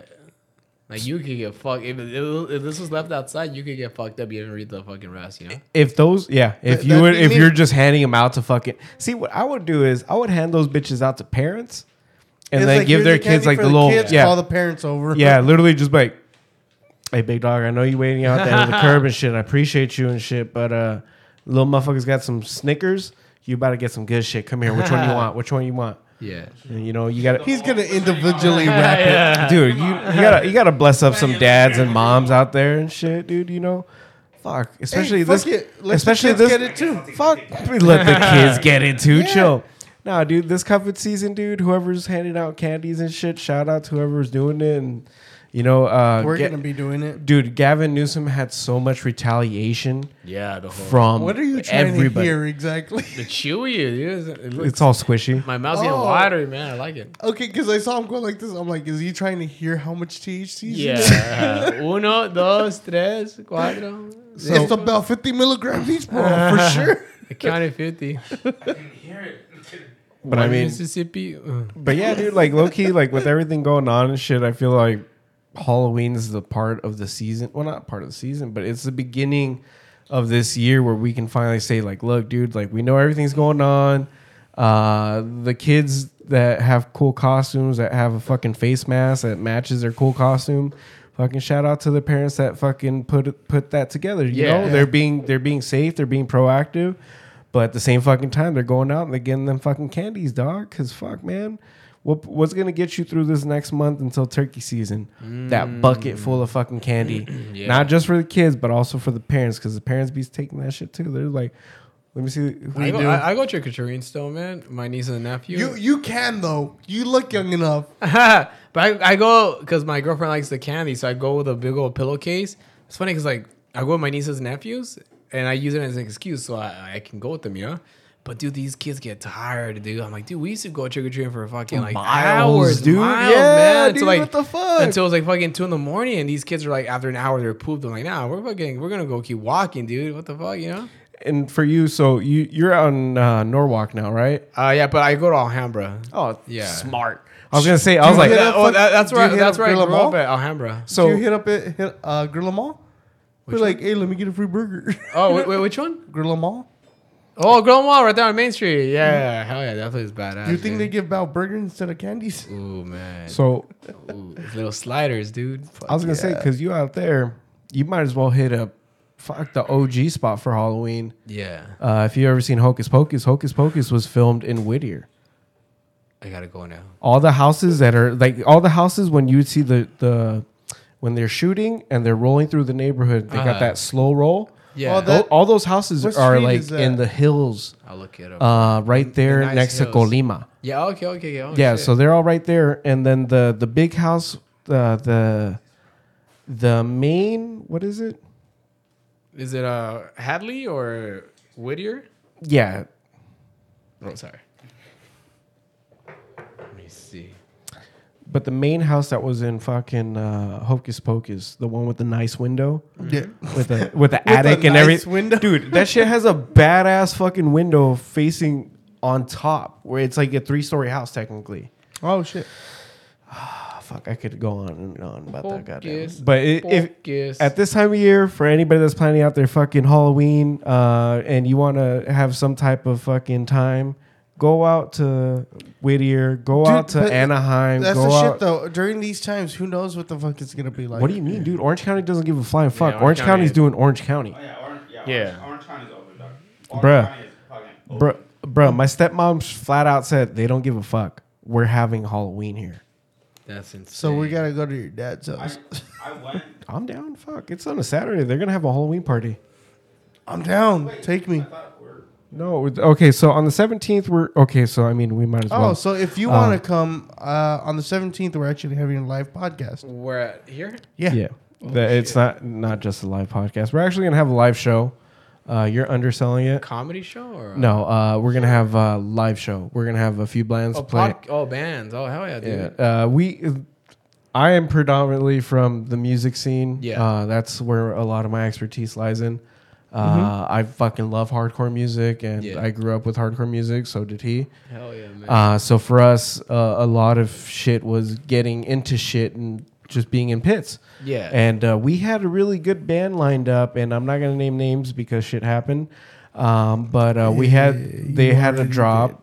Like you could get fucked if, it- if this was left outside, you could get fucked up. You didn't read the fucking rest, you know.
if those, yeah, if
Th-
you
that
would,
being
if
me.
you're just handing them out to fucking see, what I would do is I would hand those bitches out to parents, and
It's
then
like,
give
here's
their
the candy
kids like
for
the little
kids,
yeah
Call the parents over.
Yeah, literally just like, hey, big dog, I know you waiting out there on the curb and shit. and I appreciate you and shit, but uh, little motherfucker's got some Snickers. You about to get some good shit. Come here. Which one you want? Which one you want?
Yeah.
And, you know, you got to,
He's gonna
(laughs)
individually wrap it.
dude. You, you gotta you gotta bless up some dads and moms out there and shit, dude. You know. Fuck, especially
fuck
this.
it. Let the
Especially
kids
this.
get it too.
Fuck, let the
(laughs)
kids get it too. Chill. Nah, dude, this COVID season, dude. Whoever's handing out candies and shit, shout out to whoever's doing it. And you know, uh,
(laughs) We're
get-
gonna be doing it.
dude, Gavin Newsom had so much retaliation
Yeah. The whole.
from
What are you trying
um, everybody.
to hear exactly? (laughs)
the chewy, dude. It looks,
It's all squishy.
my mouth's getting
Oh.
watery, man. I like it.
okay, because I saw him go like this. I'm like, is he trying to hear how much THC? is in it?
Yeah. (laughs) Uno, dos, tres,
(laughs)
cuatro.
it's about 50 milligrams each,
(laughs)
bro, for sure.
I counted 50.
Hear it. (laughs)
But I mean,
Mississippi. uh,
but yeah, dude, like low key, like with everything going on and shit, I feel like Halloween's the part of the season. Well, not part of the season, but it's the beginning of this year where we can finally say, like, look, dude, like we know everything's going on. Uh, the kids that have cool costumes, that have a fucking face mask that matches their cool costume, fucking shout out to the parents that fucking put put that together. You
Yeah.
know, they're being they're being safe, they're being proactive. But at the same fucking time, they're going out and they're getting them fucking candies, dog. Cause fuck, man, what, what's gonna get you through this next month until turkey season?
Mm.
That bucket full of fucking
(clears throat)
candy, not just for the kids, but also for the parents, cause the parents be taking that shit too. They're like, let me see,
I go, I, I go trick or treating still, man. My niece and nephew.
You you can though. You look young enough.
(laughs) but I, I go because my girlfriend likes the candy, so I go with a big old pillowcase It's funny because like I go with my nieces and nephews, and I use it as an excuse so I, I can go with them, you know. But dude, these kids get tired, dude. I'm like, dude, we used to go trick or treating for fucking like
Miles,
hours,
dude.
Miles,
Yeah,
man.
dude,
Until, like,
what the fuck?
Until it was like fucking two in the morning, and these kids are like, after an hour, they're pooped. I'm like, nah, we're fucking, we're gonna go keep walking, dude. What the fuck, you know?
And for you, so you you're out in uh, Norwalk now, right?
Uh, yeah, but I go to Alhambra.
Oh,
Yeah.
smart. I was gonna say, I
Do
was
you
like,
hit
That-
up
oh,
fuck-
that- that's
do
where
you hit
that's
up
where I
Gorilla
grew up
Mall?
at Alhambra.
So
so
you hit up at hit, uh, Gorilla Mall. We're like, hey, let me get a free burger. (laughs)
Oh, wait, wait, which one?
Gorilla Mall.
Oh, Girl Mall right there on Main Street.
Mm.
Yeah, hell yeah, that place is badass.
Do you think they
dude.
give out burgers instead of candies?
Ooh man,
so
Ooh, little sliders, dude. Fuck
I was gonna
yeah.
say because you out there, you might as well hit up fuck the OG spot for Halloween.
yeah,
Uh, if you ever seen Hocus Pocus, Hocus Pocus was filmed in Whittier.
I gotta go now.
all the houses that are like all the houses when you see the the when they're shooting and they're rolling through the neighborhood, they
Uh-huh.
got that slow roll.
Yeah,
Oh,
Tho-
that-
all those houses
What
are
street
like
is that?
in the hills,
I'll look it up.
uh, right there
nice
next to
hills.
Colima.
yeah, okay, okay, yeah. oh,
yeah,
shit.
so they're all right there, and then the the big house, uh, the the main what is it?
is it uh Hadley or Whittier?
Yeah,
Oh, sorry. Let me see.
but the main house that was in fucking uh, Hocus Pocus, the one with the nice window.
Mm-hmm. Yeah.
with the
(laughs)
with the
a
attic and
nice
everything.
window.
Dude, that shit has a badass fucking window facing on top where it's like a three story house technically.
Oh shit.
Oh, fuck, I could go on and on about that goddamn.
Focus,
But it, if
focus.
at this time of year, for anybody that's planning out their fucking Halloween, uh, and you want to have some type of fucking time. Go out to Whittier. Go
Dude,
out to
but
Anaheim.
That's
go
the
out.
shit though. During these times, who knows what the fuck it's gonna be like?
What do you mean, dude? Orange County doesn't give a flying fuck.
Orange
Orange,
County
County's
is-
doing Orange County.
Oh, Yeah, Orange, yeah,
Yeah.
Orange, Orange County's open, dog. Orange
Bruh.
County is fucking
Oh.
open.
Bruh, bruh, my stepmom sh- flat out said they don't give a fuck. We're having Halloween here.
That's insane.
So we gotta go to your dad's house. (laughs)
I, I went.
I'm down. Fuck, it's on a Saturday. They're gonna have a Halloween party.
I'm down. Take me.
I thought we're-
No, it- okay. So on the 17th, we're okay. So I mean, we might as
Oh,
well.
so if you want
Um,
to come uh, on the 17th, we're actually having a live podcast.
We're at here.
yeah,
Oh,
The- it's not not just a live podcast. We're actually gonna have a live show. Uh, you're underselling it.
Comedy show or
No, uh, we're gonna have a live show. We're gonna have a few blinds
Oh,
play.
pod, oh, bands. Oh, hell yeah, dude.
Yeah. Uh, we, I am predominantly from the music scene.
Yeah.
Uh, that's where a lot of my expertise lies in. Uh, I fucking love hardcore music, and
Mm-hmm. Yeah.
I grew up with hardcore music. So did he.
Hell yeah, man.
Uh, so for us, uh, a lot of shit was getting into shit and just being in pits.
Yeah.
And uh, we had a really good band lined up, and I'm not gonna name names because shit happened. Um, but uh, we had they had a drop.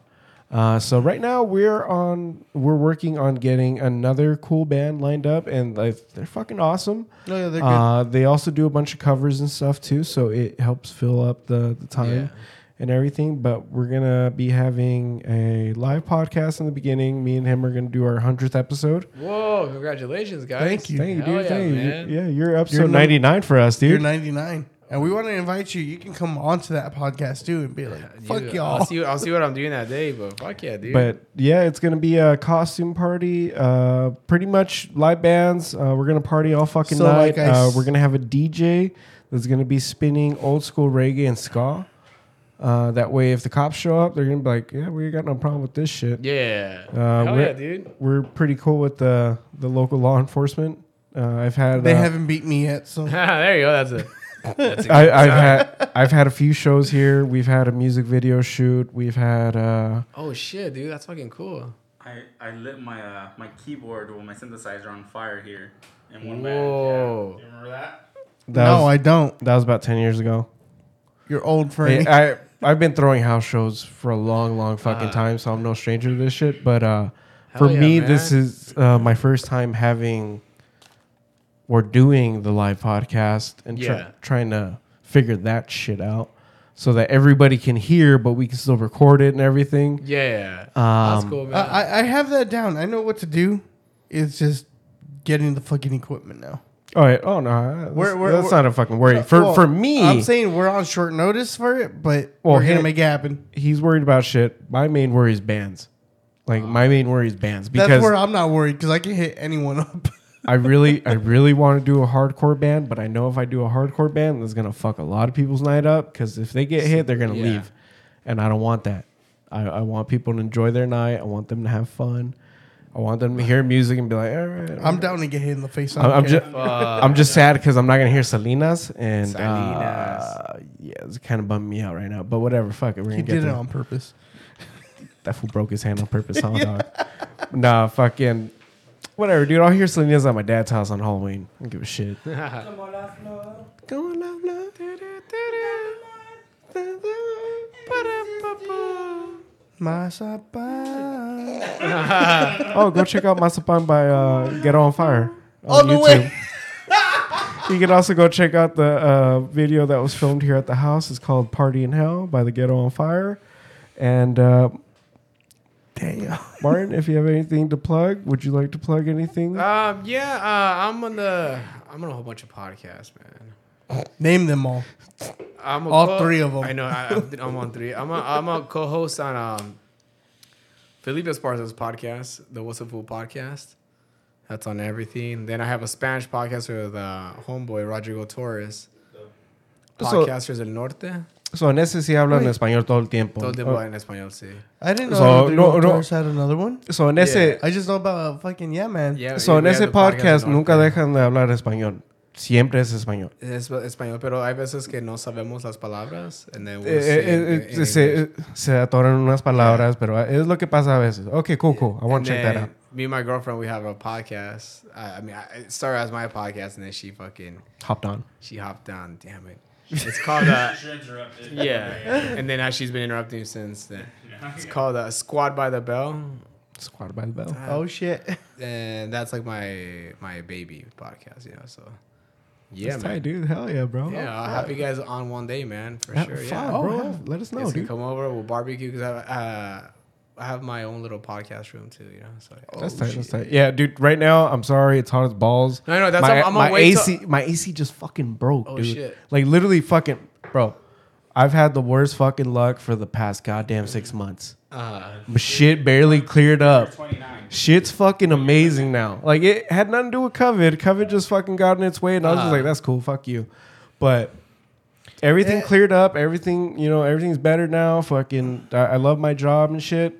Uh, so right now we're on we're working on getting another cool band lined up, and like, they're fucking awesome.
No, yeah, they're good.
Uh, they also do a bunch of covers and stuff too, so it helps fill up the, the time
Yeah.
and everything. But we're gonna be having a live podcast in the beginning. Me and him are gonna do our hundredth episode.
Whoa, congratulations, guys.
Thank you.
Thank you,
Hell
dude.
yeah,
Thank you.
man.
Yeah, you're episode
num-
99 for us,
You're
dude.
99. And we want to invite you. You can come onto that podcast too and be like, fuck
You-
y'all.
I'll see, I'll see what I'm doing that day, but fuck yeah, dude.
But yeah, it's gonna be a costume party. Uh, pretty much live bands. Uh, we're gonna party all fucking
So,
night.
like, I
uh,
s-
we're gonna have a DJ that's gonna be spinning old school reggae and ska. Uh, that way, if the cops show up, they're gonna be like, "Yeah, we ain't got no problem with this shit."
yeah.
Uh,
Hell
we're-
yeah, dude. (laughs)
We're pretty cool with the the local law enforcement. Uh, I've had
They
uh,
haven't beat me yet. So
there you go. That's it. That's
(laughs)
it.
I, I've had I've had a few shows here. We've had a music video shoot. We've had uh,
Oh shit, dude. That's fucking cool.
I, I lit my uh, my keyboard or my synthesizer on fire here in one
Whoa.
band. Yeah. You remember that?
that
no,
was,
I don't.
that was about ten years ago.
You're old for me.
I, I have been throwing house shows for a long, long
Uh,
fucking time, so I'm no stranger to this shit. But uh, for
yeah,
me, this
man.
is uh, my first time having or doing the live podcast and try-
Yeah.
trying to figure that shit out so that everybody can hear, but we can still record it and everything.
Yeah. that's
Um,
cool, man.
I, I, I have that down. I know what to do. It's just getting the fucking equipment now.
All right. Oh no, that's,
We're- we're-
that's
we're-
not a fucking worry. For
Well,
for me,
I'm saying we're on short notice for it, but
Well,
we're going
hit-
to make it happen.
he's worried about shit. My main worry
Oh.
is bands. Like my main worry is bands because
That's where I'm not worried because I can hit anyone up.
I really, I really want to do a hardcore band, but I know if I do a hardcore band, that's gonna fuck a lot of people's night up. Because if they get hit, they're gonna
Yeah.
leave, and I don't want that. I, I want people to enjoy their night. I want them to have fun. I want them to hear music and be like, all right. all
I'm
right."
down to get hit in the face. I
I'm,
don't
I'm
care.
just, I'm just sad because I'm not gonna hear Selena's and Uh,
Selena's.
yeah, it's kind of bummed me out right now. But whatever, fuck it. We're
he
gonna get
did it
there.
on purpose.
That fool broke his hand on purpose, huh, dog? Nah, fucking whatever, dude. I'll hear Selena's at my dad's house on Halloween. I don't give
(laughs)
a shit. Come on, love, love.
My sapa.
Oh, go check out Masapan by uh, Get On Fire
All
on
the
YouTube.
way.
You can also go check out the uh, video that was filmed here at the house. It's called "Party in Hell" by the Ghetto on Fire. And uh, damn, Martin, if you have anything to plug, would you like to plug anything?
Um, yeah, uh, I'm on the I'm on a whole bunch of podcasts, man.
Name them all.
I'm a
All three of 'em.
I know. I, I'm, I'm on three. I'm a, I'm a co-host on um, Felipe Esparza's podcast, the What's a Fool podcast. That's on everything. Then I have a Spanish podcast with uh, homeboy Rodrigo Torres.
So-
Podcasters del Norte.
So en ese sí hablan en español todo el tiempo. Ah,
Todo el tiempo en español, sí.
I didn't know
So,
so,
no,
no,
no.
had another one.
Oh, so en ese,
I just know about uh, fucking yeah, man.
Yeah,
so en
we have
ese
the
podcast
del
nunca
Norte.
dejan de hablar español. Siempre es español.
Es español, pero hay veces que no sabemos las palabras. And then we'll
Eh,
say
eh,
it
eh,
in English.
se, se atoran unas palabras, pero es lo que pasa a veces. Okay, cool, cool. I want
And
to check that
then
out.
Me and my girlfriend, we have a podcast. I, I mean, I, it started as my podcast, and then she fucking
Hopped on.
she hopped on. Damn it! (laughs) It's called uh,
(laughs) You're interrupted.
yeah. And then now she's been interrupting since then. It's called uh, Squad by the Bell, Uh,
Squad by the bell.
Ah,
Oh shit.
(laughs) and that's like my my baby podcast, you know. So yeah,
That's
man.
tight, dude. Hell yeah, bro.
Yeah, I'll have you guys on one day, man, for
Yeah,
sure.
fuck,
Yeah, Oh,
bro. Let us know,
Guys can
dude.
come over. We'll barbecue because I uh, I have my own little podcast room too, you know. So Oh, yeah.
That's tight. That's tight. Yeah, dude. Right now, I'm sorry. It's hot as balls.
No, no, that's-
my,
I'm- I'm
my
gonna wait
AC. my AC just fucking broke,
Oh,
dude.
shit.
Like literally, fucking, bro. I've had the worst fucking luck for the past goddamn six months.
Uh,
Shit barely cleared up.
29.
Shit's fucking amazing now. Like it had nothing to do with COVID. COVID just fucking got in its way, and I was
Uh.
just like, "That's cool, fuck you." But
Eh.
everything cleared up. Everything, you know, everything's better now. Fucking, I, I love my job and shit.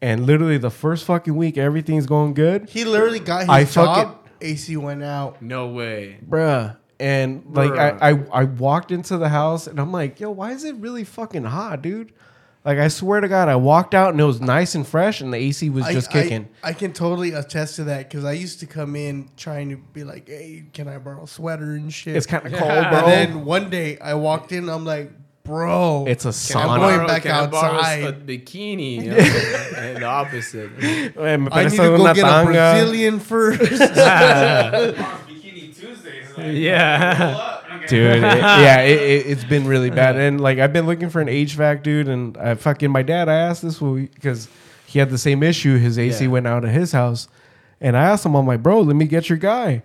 And literally, the first fucking week, everything's going good,
He literally got his
I fucking-
job. AC went out.
No way.
bruh. And like,
Bruh.
I, I I walked into the house, and I'm like, "Yo, why is it really fucking hot, dude?" Like, I swear to God, I walked out and it was nice and fresh, and the AC was
I-
just
I-
kicking.
I, can totally attest to that because I used to come in trying to be like, "Hey, can I borrow a sweater and shit?"
it's kind of
Yeah.
cold, bro.
And then one day I walked in, I'm like, "Bro,
it's a
Can I
sauna.
going
borrow-
back
can I borrow
outside.
A bikini. You know? and the opposite.
Eh, me
I need to
prestan
go
una
get a
tanga.
Brazilian first.
Bikini Tuesdays. Like,
Yeah.
pull up.
(laughs)
Okay.
Dude, it- yeah, it, it, it's been really bad. And like, I've been looking for an HVAC dude, and I fucking my dad. I asked this because he had the same issue. His AC
Yeah.
went out at his house, and I asked him, I'm like, bro, let me get your guy.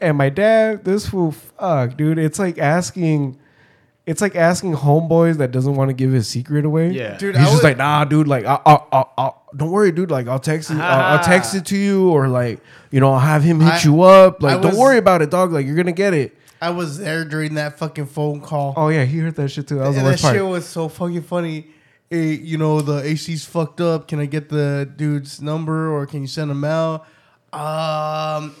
And my dad, this fool, fuck, dude, it's like asking, it's like asking homeboys that doesn't want to give his secret away.
Yeah.
Dude, I
He's just
would-
like, nah, dude. Like, I, I, I, I, don't worry, dude. Like, I'll text it. I'll, I'll text it to you, or like, you know, I'll have him hit
I-
you up. Like,
I
don't
was-
worry about it, dog. Like, you're gonna get it.
I was there during that fucking phone call.
Oh yeah, he heard that shit too. That was the
and that
worst part.
shit was so fucking funny. Hey, you know the AC's fucked up. Can I get the dude's number or can you send him out? Um,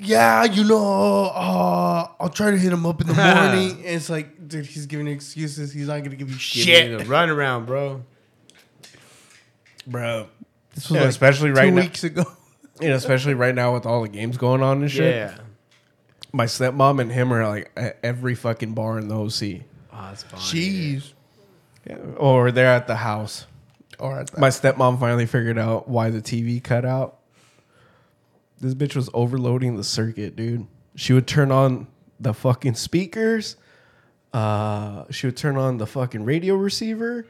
yeah, you know, uh, I'll try to hit him
(laughs)
up in the morning. and it's like, dude, he's giving excuses. He's not gonna give you
Give
shit.
me the runaround, bro.
bro. This was
Yeah,
like especially right
Two
now,
weeks ago, (laughs)
you know, especially right now with all the games going on and shit.
Yeah.
My stepmom and him are like at every fucking bar in the OC,
Oh, that's fine.
jeez.
yeah. or they're at the house.
All right,
My stepmom finally figured out why the TV cut out. This bitch was overloading the circuit, dude. She would turn on the fucking speakers. Uh, she would turn on the fucking radio receiver.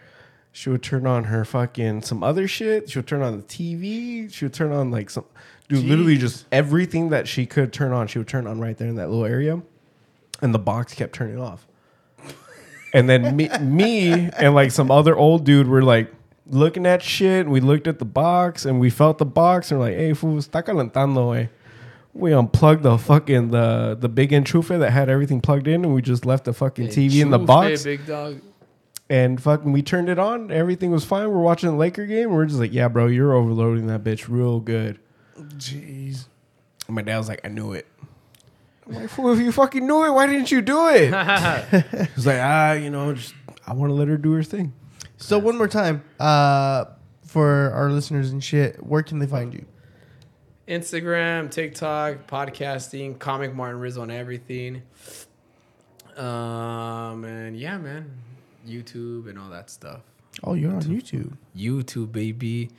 She would turn on her fucking some other shit. She would turn on the TV. She would turn on like some dude, literally just everything that she could turn on. She would turn on right there in that little area, and the box kept turning off. And then me, me and like some other old dude were like, looking at shit. We looked at the box and we felt the box and we're like, hey, fool, está calentando, eh. We unplugged the fucking the the big enchufe that had everything plugged in, and we just left the fucking TV in the
Enchufe,
box.
big dog.
And fucking, we turned it on. Everything was fine. We're watching the Laker game. and we're just like, yeah, bro, you're overloading that bitch real good.
Jeez.
And my dad was like, I knew it. I'm like, fool, if you fucking knew it, why didn't you do
(laughs)
it? He's like, ah, you know, just I want to let her do her thing.
So one more time, uh, for our listeners and shit, where can they find you?
Instagram, TikTok, podcasting, Comic Martin Riz on everything. Um, and yeah, man, YouTube and all that stuff.
Oh, you're on YouTube.
YouTube, baby.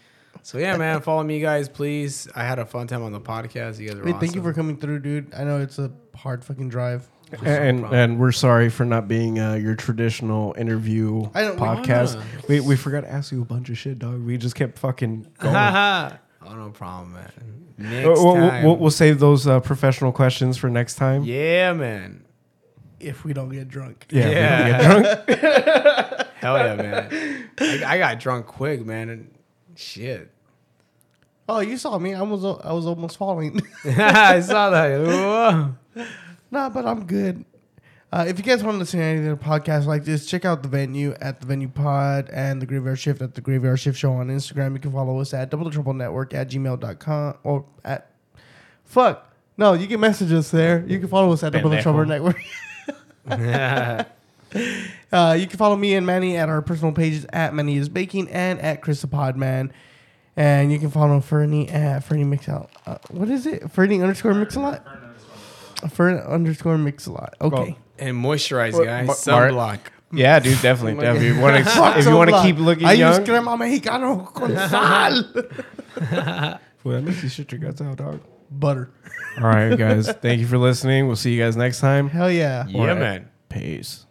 So yeah, man, follow me, guys, please. I had a fun time on the podcast. You guys are
Hey, thank you for
awesome. (laughs)
coming through, dude. I know it's a hard fucking drive.
And
problem.
and we're sorry for not being uh, your traditional interview
I don't- we
podcast.
wanna.
We, we forgot to ask you a bunch of shit, dog. We just kept
(laughs)
fucking going. Uh,
oh, no problem, man.
Uh,
Next
we'll, we'll,
time.
we'll- we'll save those uh, professional questions for next time.
yeah, man.
If we don't get drunk,
Yeah, we
Yeah.
can
(laughs)
get drunk.
Hell yeah, (laughs) man. I, I got drunk quick, man. And shit. (laughs)
oh, you saw me. I was al- I was almost falling. (laughs)
I saw that. Whoa.
nah, but I'm good. Uh, if you guys want to listen to any other podcasts like this, check out the venue at the venue pod and the graveyard shift at the graveyard shift show on Instagram. You can follow us at double the trouble network at gmail.com or at fuck. No, you can message us there. You can follow us at double the
Pendejo.
trouble network. (laughs) Uh, you can follow me and Manny at our personal pages at Manny is Baking and at Chris the Podman. And you can follow Fernie at Fernie Mixel. Uh, what is it? Fernie underscore Mixalot? Fern underscore Mixalot. Okay.
and moisturize,
What-
guys.
Mar-
Sunblock.
yeah, dude,
(laughs)
definitely.
Oh God.
definitely. If you wanna- if you want to keep looking
I
young,
use crema mexicano con
(laughs)
sal.
Well, that makes you shit your guts out, dog.
Butter.
All right, guys. Thank you for listening. We'll see you guys next time.
Hell yeah.
yeah, man.
Peace.